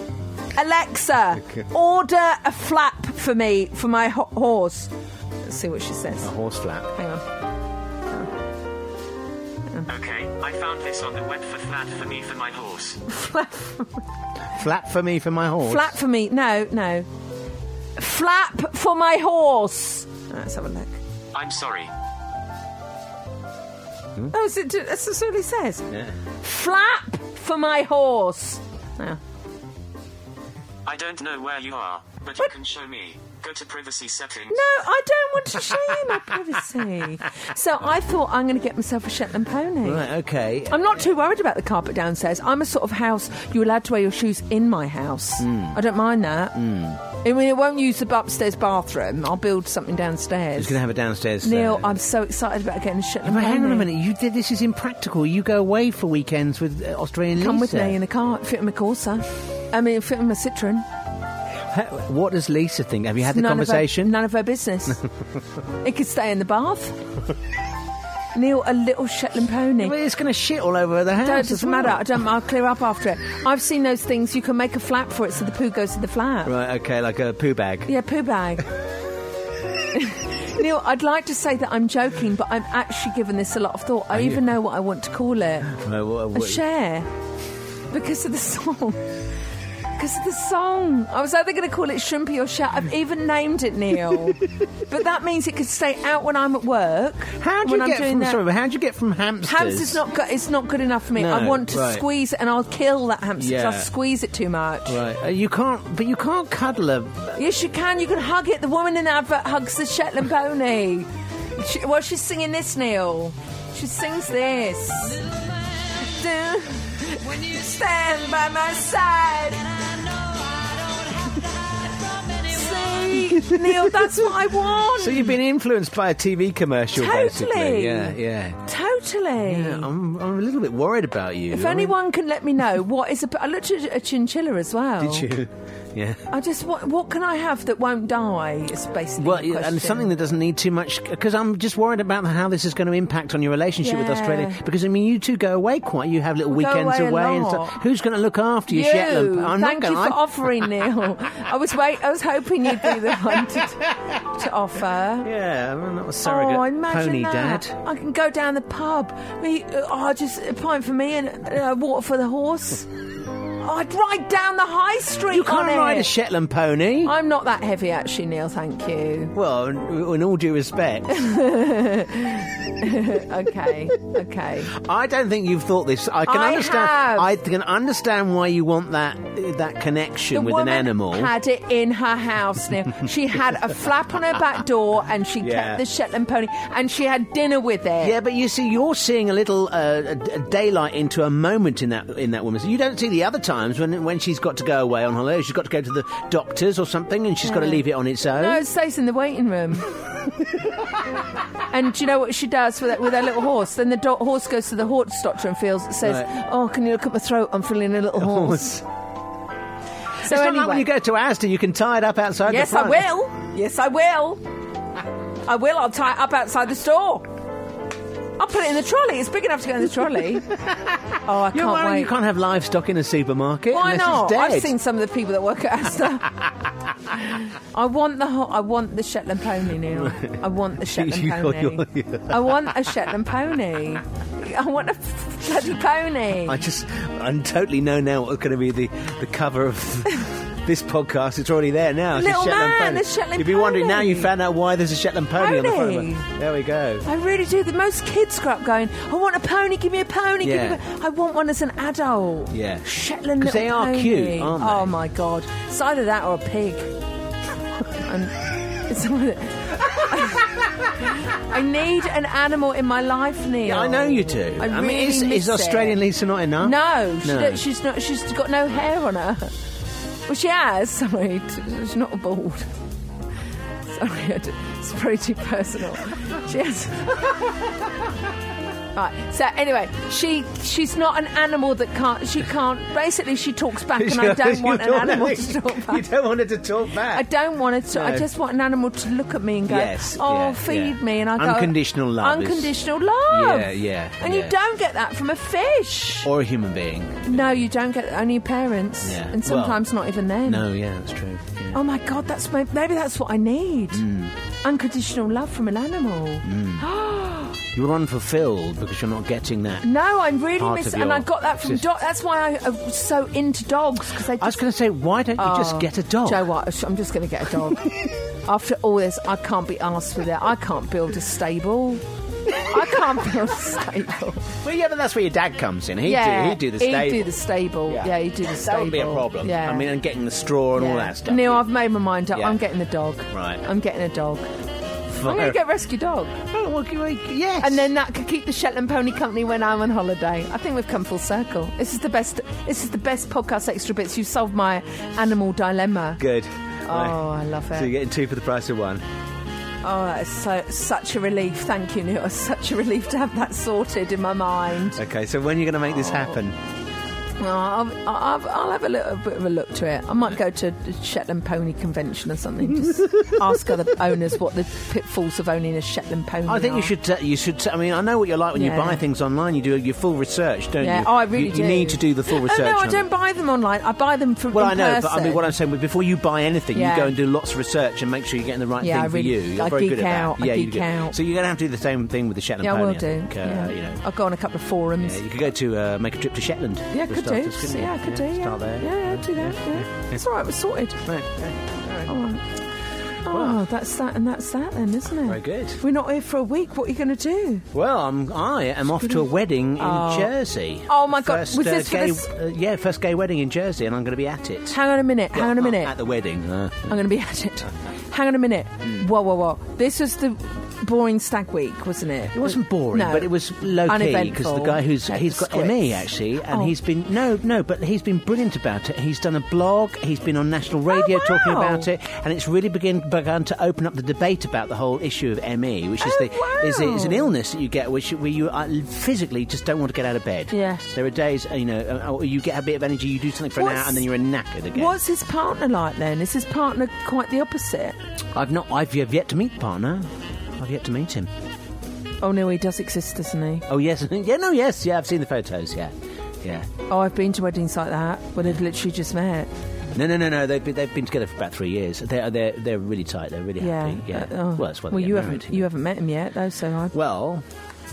Alexa. Order a flap for me for my ho- horse. Let's see what she says.
A horse flap.
Hang on.
Okay, I found this on the web for flat for me for my horse.
Flap,
Flap for me for my horse.
flap for me. No, no. Flap for my horse. Let's have a look.
I'm sorry.
Oh, is it, that's that's what he says.
Yeah.
Flap for my horse. Oh.
I don't know where you are, but you can show me. Go to privacy settings.
No, I don't want to show you my privacy. So I thought I'm going to get myself a Shetland pony.
Right, okay.
I'm not too worried about the carpet downstairs. I'm a sort of house you're allowed to wear your shoes in my house.
Hmm.
I don't mind that. I mean, it won't use the upstairs bathroom. I'll build something downstairs.
He's going to have a downstairs.
Neil,
uh,
I'm so excited about getting a Shetland
but
pony.
hang on a minute. You did this is impractical. You go away for weekends with uh, Australian
Come with
Lisa.
me in the car. Fit in my Corsa. I mean, fit in my Citroen.
Ha- What does Lisa think? Have you had the
None of her-
conversation?
none of her business. It could stay in the bath. Neil, a little Shetland pony.
Well, it's going to shit all over the house.
Don't,
as
doesn't
well.
matter. I don't. I'll clear up after it. I've seen those things. You can make a flap for it, so the poo goes to the flap.
Right, okay, like a poo bag.
Yeah, poo bag. Neil, I'd like to say that I'm joking, but I'm actually given this a lot of thought. I
Are you?
even know what I want to call it.
Uh, wha-
A
what-
share, because of the song. because of the song. I was either going to call it Shrimpy or Shut. I've even named it Neil, but that means it could stay out when I'm at work.
How do you
when
get
I'm doing
from
that.
sorry, but how do you get from hamsters?
Hamster's not good. It's not good enough for me. I
No,
want to
right.
squeeze it, and I'll kill that hamster. 'cause
Yeah.
I squeeze it too much.
Right, uh, you can't, but you can't cuddle a.
Yes, you can. You can hug it. The woman in the advert hugs the Shetland pony. She, well, she's singing this, Neil. She sings this. Do- stand by my side. See, Neil, that's what I want.
So you've been influenced by a TV commercial,
Totally.
basically. Yeah, yeah.
Totally.
Yeah, I'm, I'm a little bit worried about you.
If
I mean,
anyone can let me know what is a. I looked at a chinchilla as well.
Did you? Yeah.
I just what, what can I have that won't die? Is basically
Well,
the
yeah, and
question.
something that doesn't need too much, because I'm just worried about how this is going to impact on your relationship with
Yeah.
Australia. Because I mean, you two go away quite. You have little
We go
weekends
away a
and
lot.
stuff. Who's going to look after your
you.
Shetland? I'm
Thank
not
you
going.
for offering, Neil. I was wait. I was hoping you'd be the one to, to offer.
Yeah, I'm not a surrogate
oh, imagine
pony
that.
dad.
I can go down the pub. We, oh, just a pint for me and uh, water for the horse. Oh, I'd ride down the high street.
You can't
on
ride
it.
a Shetland pony.
I'm not that heavy, actually, Neil. Thank you.
Well, in in all due respect,
okay, okay.
I don't think you've thought this. I can
I
understand.
have.
I can understand why you want that that connection with an
woman
animal.
Had it in her house now. She had a flap on her back door, and she
Yeah.
kept the Shetland pony, and she had dinner with it.
yeah, but you see, you're seeing a little uh, a- a daylight into a moment in that in that woman. So you don't see the other times when when she's got to go away on holiday. She's got to go to the doctors or something, and she's got to
Yeah.
leave it on its own.
No, it stays in the waiting room. and do you know what she does with her, with her little horse? Then the do- horse goes to the horse doctor and feels says,
Right.
"Oh, can you look at my throat? I'm feeling a little
Oh,
horse."
it's
So
not like
anyway,
when you go to Asda, you can tie it up outside.
yes,
the
I
front.
will. Yes, I will. I will. I'll tie it up outside the store. I'll put it in the trolley. It's big enough to go in the trolley. oh, I
You're
can't
worried
wait.
you can't have livestock in a supermarket.
Why
unless
not?
It's dead.
I've seen some of the people that work at Asda. I want the ho- I want the Shetland pony now. I want the Shetland
You-
pony.
you're- you're-
I want a Shetland pony. I want a bloody pony.
I just, I totally know now what's going to be the, the cover of this podcast. It's already there now. It's a
Little
Shetland
man,
pony.
a Shetland
You'd be wondering now
pony.
you found out why there's a Shetland pony, on the front of
Pony.
it. There we go.
I really do. The most kids grow up going, I want a pony, give me a pony,
Yeah.
give me a pony. I want one as an adult.
Yeah.
Shetland
'Cause
little
they are
pony.
cute, aren't they?
Oh my god. It's either that or a pig. And it's I need an animal in my life, Neil.
Yeah, I know you do.
I,
mean,
really
is, is
miss
Australian
it.
Lisa not enough?
No, she
No.
don't- she's not. She's got no hair on her. Well, she has. Sorry, t- she's not bald. Sorry, I d- it's very too personal. She has. Right. So anyway, she she's not an animal that can't. She can't. Basically, she talks back, and I don't
You
want an
don't
animal
want
to
it-
talk
You
back.
don't want it to talk back.
I don't want it to. I
No.
just want an animal to look at me and go,
Yes,
"Oh,
yeah,
feed
yeah.
me," and I go,
Unconditional love is-
Unconditional love.
Yeah, yeah,
And
yeah.
you don't get that from a fish.
Or a human being.
No, you don't get only your parents,
Yeah.
and sometimes not even them.
No, yeah, that's true. Yeah.
Oh my god, that's my, maybe that's what I need.
Hmm.
Unconditional love from an animal.
You're unfulfilled because you're not getting that.
No, I'm really
Part
miss,
of
and I
your
got that from
system.
dogs. That's why I, I was so into dogs because I
I was
just.
going to say, why don't you just
Oh,
get a dog?
Do you know what? I'm just going to get a dog. After all this, I can't be asked for that. I can't build a stable. I can't build a stable.
Well, yeah, but that's where your dad comes in. He'd
yeah,
do, he'd do the stable.
He'd do the stable. Yeah, he'd do the stable.
That would be a problem.
Yeah.
I mean, and getting the straw and all
Yeah.
that stuff.
Neil, I've made my mind up.
Yeah.
I'm getting the dog.
Right.
I'm getting a dog. I'm going to get a rescue dog.
Oh, well, yes.
And then that could keep the Shetland Pony Company when I'm on holiday. I think we've come full circle. This is the best. This is the best podcast. Extra bits. You solved my animal dilemma.
Good.
Oh, I love it.
So you're getting two for the price of one.
Oh, that's so, such a relief. Thank you, Neil. It's such a relief to have that sorted in my mind.
Okay, so when are you going to make this happen?
Oh, I'll, I'll, I'll have a little bit of a look to it. I might go to the Shetland Pony Convention or something. Just ask other owners what the pitfalls of owning a Shetland pony.
I think
are.
you should. Uh, you should. I mean, I know what you're like when
Yeah.
you buy things online. You do your full research, don't
Yeah,
you?
oh, I really
you,
do.
You need to do the full research.
Oh, no, I
on
don't
it.
buy them online. I buy them from.
Well,
in
I know,
person.
but I mean, what I'm saying, before you buy anything,
Yeah.
you go and do lots of research and make sure you're getting the right
Yeah,
thing
I
for
really-
you. You're
I
very
geek
good at that.
out, I
yeah, you
geek
do.
out.
So you're going to have to do the same thing with the Shetland
yeah, I
pony.
will
I
do.
think, uh,
yeah.
You know,
I'll go on a couple of forums.
Yeah, you could go to uh, make a trip to Shetland.
Yeah,
for
could do do.
doctors, couldn't
yeah,
you?
I could do. Yeah,
Start there.
yeah, yeah do that. Yeah, It's all right. We're sorted.
Right. Yeah.
All right. Oh, that's that, and that's that then, isn't it?
Very good.
We're not here for a week. What are you going to do?
Well, I'm, I am off to a wedding in
Oh.
Jersey.
Oh, my God.
First,
Was
uh,
this for
gay,
this-
uh, yeah, first gay wedding in Jersey, and I'm going to be at it.
Hang on a minute. Hang
Well,
on a
I'm
minute.
At the wedding. uh,
I'm going to be at it. Hang on a minute.
Mm.
Whoa, whoa, whoa. This was the boring stag week, wasn't it?
It wasn't boring,
No.
but it was low key because the
Uneventful.
guy who's he's got
Squids.
ME actually, and
Oh.
he's been no, no, but he's been brilliant about it. He's done a blog, he's been on national radio
Oh,
talking
wow.
about it, and it's really begin, begun to open up the debate about the whole issue of ME, which
Oh,
is the is, is an illness that you get, which where you uh, physically just don't want to get out of bed.
Yeah.
there are days uh, you know uh, or you get a bit of energy, you do something for an hour,
What's-
and then you're knackered again.
What's his partner like then? Is his partner quite the opposite?
I've not, I've I've yet to meet the partner. I've yet to meet him.
Oh no, he does exist, doesn't he?
Oh yes, yeah, no, yes, yeah, I've seen the photos. Yeah, yeah.
Oh, I've been to weddings like that where they've literally just met.
No, no, no, no. They've been, they've been together for about three years. They're they're, they're really tight. They're really
Yeah.
happy. Yeah.
Uh, oh.
Well, that's why they
well,
get
you
married.
haven't you haven't met him yet though, so I.
Well,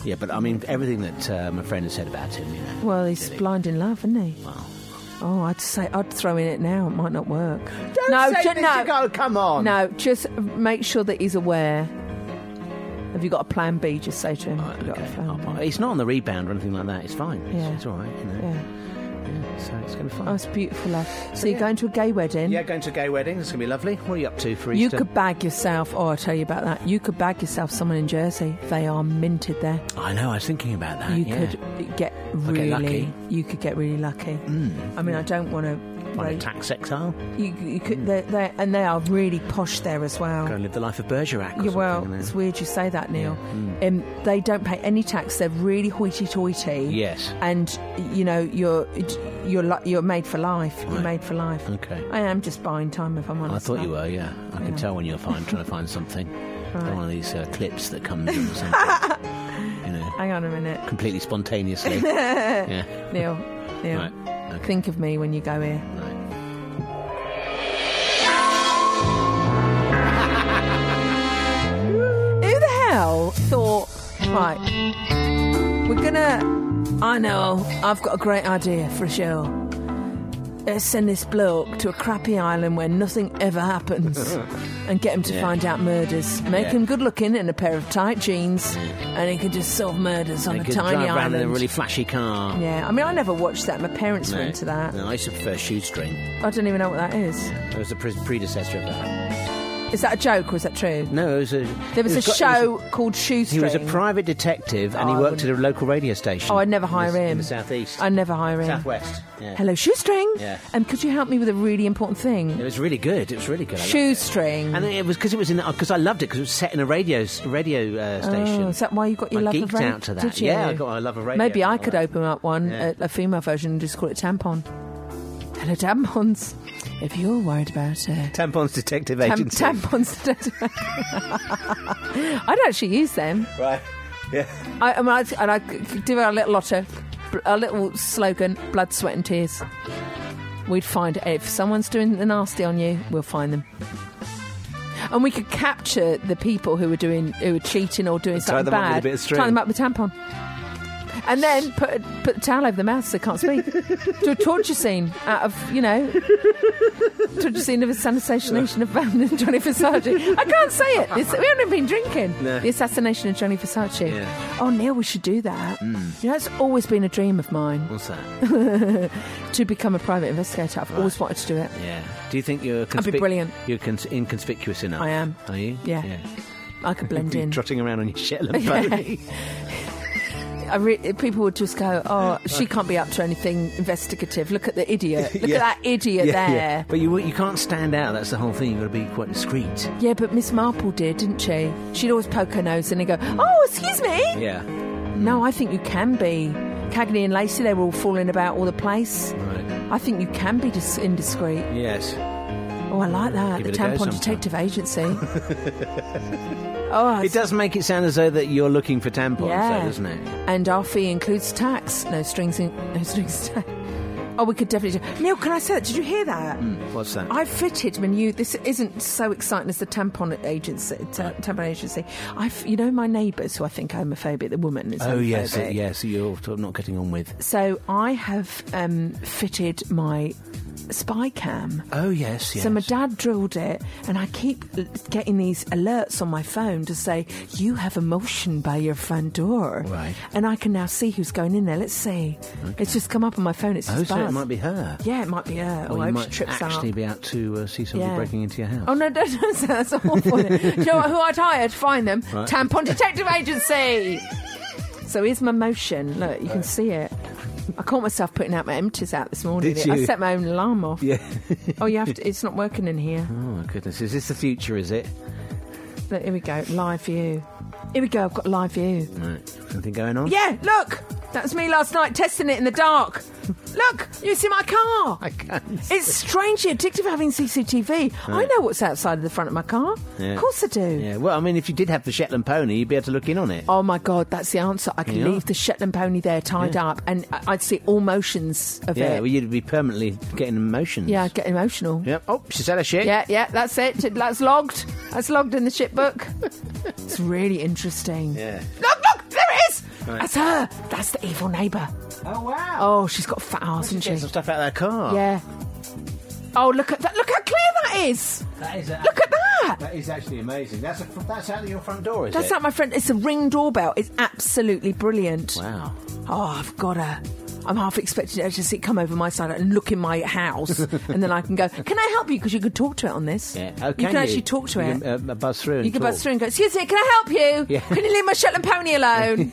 yeah, but I mean everything that uh, my friend has said about him, you know.
Well, he's blind in love, isn't he?
Wow.
Oh, I'd say I'd throw in it now. It might not work.
Don't
no,
say
ju-
this,
no,
you go, come on.
No, just make sure that he's aware. Have you got a plan B? Just say to him. "Have you got a
okay,
plan
I'll
B?"
buy- It's not on the rebound or anything like that. It's fine. It's,
Yeah.
it's all right. You know.
Yeah.
Yeah, So it's going to be
Oh,
fun.
it's beautiful, love. So,
So,
you're
yeah.
going to a gay wedding?
Yeah, going to a gay wedding. It's going to be lovely. What are you up to for
You
Easter?
could bag yourself. Oh, I tell you about that. You could bag yourself someone in Jersey. They are minted there.
I know. I was thinking about that.
you
Uh, yeah.
could get
I'll
really.
get lucky. Mm.
You could get really lucky. I mean, I don't want to.
Find a tax exile.
You, you could. They're, they're, and they are really posh there as well.
Mm. Go and live the life of Bergerac. Or
Oh. Yeah, well,
something, you know.
it's weird you say that, Neil.
Mm.
Um, they don't pay any tax. They're really hoity-toity.
Yes.
And you know, you're you're li- you're made for life. You're
Right.
made for life.
Okay.
I am just buying time, if I'm
I
honest.
thought you were, yeah. I
Yeah.
can tell when you're fine, trying to find something.
Right.
One of these uh, clips that comes in or something. you know,
Hang on a minute.
completely spontaneously. yeah.
Neil, Neil,
Right.
think of me when you go here. Who the hell thought, right, we're gonna. I know, I've got a great idea for a show. Let's send this bloke to a crappy island where nothing ever happens and get him to
Yeah.
find out murders. Make
Yeah.
him good looking in a pair of tight jeans and he can just solve murders on
They
a
could
tiny
drive around
island.
in a really flashy car.
Yeah, I mean, I never watched that. My parents
No.
were into that.
No, I used to prefer shoestring.
I don't even know what that is.
That was the pre- predecessor of that.
Is that a joke or is that true?
No, it was a.
There was,
it
a
got- it was
show called Shoestring.
He was a private detective and
Oh,
he
I
worked at a local radio station.
Oh, I'd never
in the-
hire him.
In the southeast.
I never hire him.
Southwest. Yeah.
Hello, shoestring.
Yeah.
And could you help me with a really important
It
thing?
was really good. It was really good. I loved it.
Shoestring.
And it was because it was in because I loved it because it was set in a radio s- radio uh, station.
Oh, is that why you got your
I
love
geeked
of radio?
out to that.
Did you?
Yeah, I got my love of radio
Maybe
and
I
all
could
that.
open up one,
Yeah.
a, a female version, and just call it tampon. Hello, tampons. If you're worried about it.
Tampons Detective
Tam-
Agency.
tampons. I'd actually use them.
right. Yeah.
I, I mean, I'd, and I could do our little lotto, a little slogan: blood, sweat, and tears. We'd find if someone's doing the nasty on you, we'll find them. And we could capture the people who were doing, who were cheating or doing
Tie
something
them up with a
bad.
bit of string.
tie them up with tampon, and then put a, put a towel over the mouth so they can't speak. Do a torture scene out of you know, torture scene of assassination of Van and Johnny Versace. I can't say it. This, we haven't been drinking.
No.
The assassination of Johnny Versace.
Yeah.
Oh, Neil, we should do that. You know, it's always been a dream of mine.
What's that?
to become a private investigator. I've always wanted to do it.
Yeah. Do you think you're?
That'd be
conspic-
brilliant.
You're cons- inconspicuous enough.
I am.
Are you?
Yeah. I could blend
You're
in.
Trotting around on your Shetland
Yeah.
pony.
I re- people would just go, "Oh, she can't be up to anything investigative. Look at the idiot. Look
Yeah.
at that idiot
Yeah,
there."
yeah. But you you can't stand out. That's the whole thing. You've got to be quite discreet.
Yeah, but Miss Marple did, didn't she? She'd always poke her nose in and go, "Oh, excuse me."
Yeah.
No, I think you can be. Cagney and Lacey, they were all falling about all the place.
Right.
I think you can be dis- indiscreet.
Yes.
Oh, I like that.
Give
the
it a go
Tampon
sometime.
Detective Agency. oh,
It does make it sound as though that you're looking for tampons,
Yeah.
though, doesn't it?
And our fee includes tax. No strings in. No strings attached. Oh, we could definitely do. Neil, can I say that? Did you hear that?
What's that?
I fitted my new. This isn't so exciting as the tampon agency. T- tampon agency. I, f- you know, my neighbours who I think are homophobic. The woman is.
oh yes,
homophobic.
yes. You're sort of not getting on with.
So I have um, fitted my spy cam.
Oh yes, yes.
So my dad drilled it, and I keep l- getting these alerts on my phone to say you have a motion by your front door,
Right.
And I can now see who's going in there. Let's see. It's just come up on my phone. It's
oh,
just
so it
Buzz.
might be her.
Yeah, it might be her.
Or
I
you
hope she
might
trips out.
actually be out to uh, see somebody
Yeah.
breaking into your house.
Oh no, don't, don't say that. that's awful. Do you know what, who I'd hired? Find them.
Right.
Tampon Detective Agency. So here's my motion. Look, you
Uh,
can see it. I caught myself putting out my empties out this morning.
Did
I
you?
set my own alarm off.
Yeah.
oh, you have to. It's not working in here.
Oh my goodness! Is this the future? Is it?
Look, here we go. Live view. Here we go. I've got live view.
Right. Something going on?
Yeah, look. That was me last night testing it in the dark. Look, you see my car. I
can't.
It's strangely addictive having CCTV. I
Right.
know what's outside of the front of my car.
Yeah.
Of course I do.
Yeah. Well, I mean, if you did have the Shetland pony, you'd be able to look in on it.
Oh my God, that's the answer. I could
Yeah.
leave the Shetland pony there tied
Yeah.
up and I- I'd see all motions of
yeah.
it.
Well, you'd be permanently getting emotions.
yeah, I'd get emotional.
Yep. Oh, she's had a shit.
Yeah, yeah, that's it. That's logged. That's logged in the shit book. it's really interesting.
Yeah.
Look, look, there it is.
Right.
That's her. That's the evil neighbour.
Oh wow.
Oh, she's got a fat ass, hasn't she?
Get some stuff out of that car.
Yeah. Oh, look at that. Look how clear that is.
That is.
Look at that.
That is actually amazing. That's a, that's out of your front door, is
That's not my friend. It's a ring doorbell. It's absolutely brilliant.
Wow.
Oh, I've got her. I'm half expecting her to see come over my side and look in my house, and then I can go. Can I help you? Because you could talk to it on this.
Yeah. Oh,
you
can
can actually talk to
You
it.
Can, uh, buzz through. And
you can
talk.
buzz through and go. Excuse me. Can I help you?
Yeah.
Can you leave my Shetland pony alone?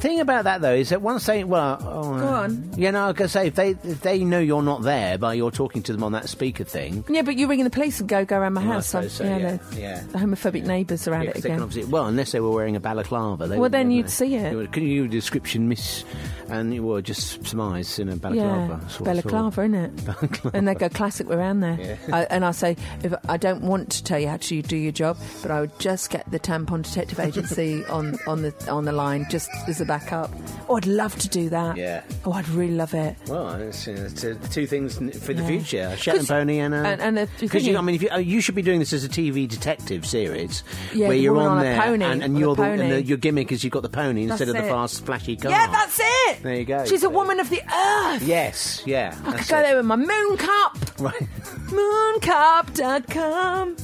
Thing about that though is that once they well, oh,
Go on.
Yeah, no, I was gonna say if they if they know you're not there, but you're talking to them on that speaker thing.
yeah, but you're ringing the police and go go around my
Well, I
house.
suppose so, yeah,
the,
yeah.
the homophobic neighbours around
Yeah, 'cause
it
they can
again.
obviously, well, unless they were wearing a balaclava. They
Well,
wouldn't,
then
wouldn't
you'd
they?
see it.
You would- Can you description, Miss? And you were just surmise in a balaclava.
yeah,
sort of-
balaclava,
sort
isn't
of-
it?
Balaclava.
And they go classic around there.
Yeah.
I, and I say, if I don't want to tell you how to do your job, but I would just get the tampon detective agency on, on the on the line just as a backup. Oh, I'd love to do that.
Yeah.
Oh, I'd really love it.
Well, it's, uh, it's, uh, two things n- for the
Yeah.
future: a
'Cause-
Shetland pony and a.
and- and a-
because you, I mean, if you, uh, you should be doing this as a TV detective series,
Yeah,
where
the
you're
woman on
on
a
there
pony,
and, and
on a
you're the, and
pony.
the, your gimmick is you've got the pony instead
That's
of the
it.
fast, flashy car.
Yeah, that's it.
There you go.
She's a woman of the earth.
Yes, yeah.
I could
that's
go
it.
there with my moon cup.
Right.
Mooncup.com.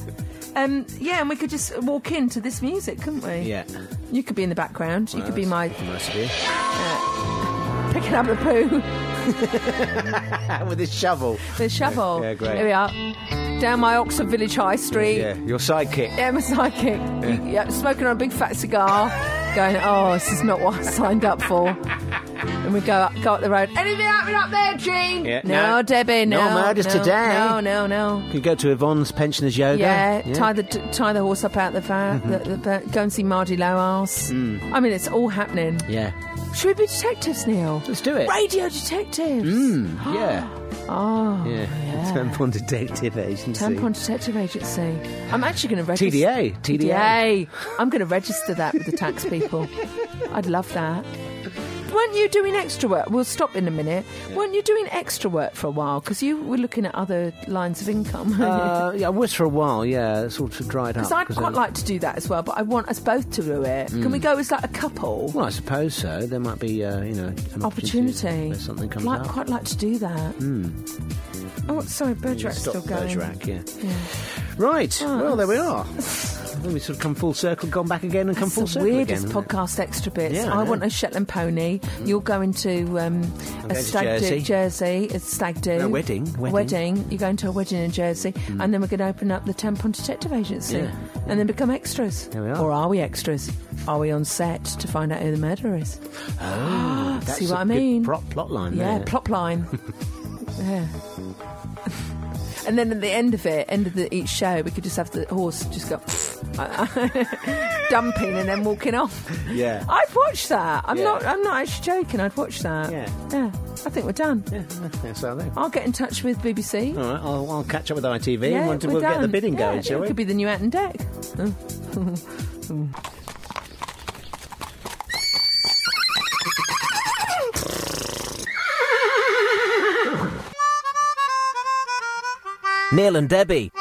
Um, yeah, and we could just walk into this music, couldn't we?
Yeah.
You could be in the background. You
Well,
could be my
that's Nice of you.
picking up the poo.
With this shovel.
The shovel.
Yeah, yeah, great.
Here we are. Down my Oxford Village High Street.
Yeah, your sidekick.
Yeah, my psychic. Yeah. smoking on a big fat cigar, going, oh, this is not what I signed up for. And we go up, go up the road. Anything happening up there, Jean?
Yeah,
no,
no.
Debbie, no.
No murders
no,
today.
No, no, no.
Could go to Yvonne's pensioners yoga.
Yeah, tie the tie the horse up out the van.
Mm-hmm.
The, the, the, go and see Mardy Loas.
Mm.
I mean, it's all happening.
Yeah.
Should we be detectives, Neil?
Let's do it.
Radio detectives.
Mm, yeah.
Oh,
Yeah. Tampon detective agency.
Tampon Detective Agency. I'm actually going to register.
TDA. TDA.
I'm going to register that with the tax people. I'd love that. Weren't you doing extra work? We'll stop in a minute. Weren't you doing extra work for a while? Because you were looking at other lines of income.
Uh, yeah, I was for a while, yeah, it sort of dried up.
Because I'd quite
I'm-
like to do that as well, but I want us both to do it. Can
Mm.
we go as like a couple?
Well, I suppose so. There might be, uh, you know, an
Opportunity.
if something comes
like,
up. Hmm.
Quite like to do that. Oh, sorry, Bergerac's
Stop
still going.
Bergerac, yeah.
Yeah.
Right.
Oh,
well, there we
that's-
are. Then we sort of come full circle, gone back again, and come
That's
full
the
circle
weirdest
again.
podcast extra bits.
Yeah, I
I,
know.
want a Shetland pony. You're going to um, a
going to
stag do,
Jersey.
Jersey, a stag do,
No, wedding, wedding. Mm.
wedding. You're going to a wedding in Jersey, and then we're going to open up the tampon detective agency,
Yeah.
and then become extras.
There we are.
Or are we extras? Are we on set to find out who the murderer is?
Oh, that's
See
a
what I
good
mean?
Prop plot line.
Yeah,
there.
plot line. yeah. And then at the end of it, end of the, each show, we could just have the horse just go dumping and then walking off.
Yeah.
I'd watch that. I'm
Yeah.
not. I'm not actually joking. I'd watch that.
Yeah.
Yeah. I think we're done.
Yeah, that's how they.
I'll get in touch with BBC.
All right, I'll, I'll catch up with ITV
yeah,
and we'll,
we're
we'll get the
done.
bidding
Yeah,
going, shall
it
we?
Could be the new Ant and Deck.
Neil and Debbie.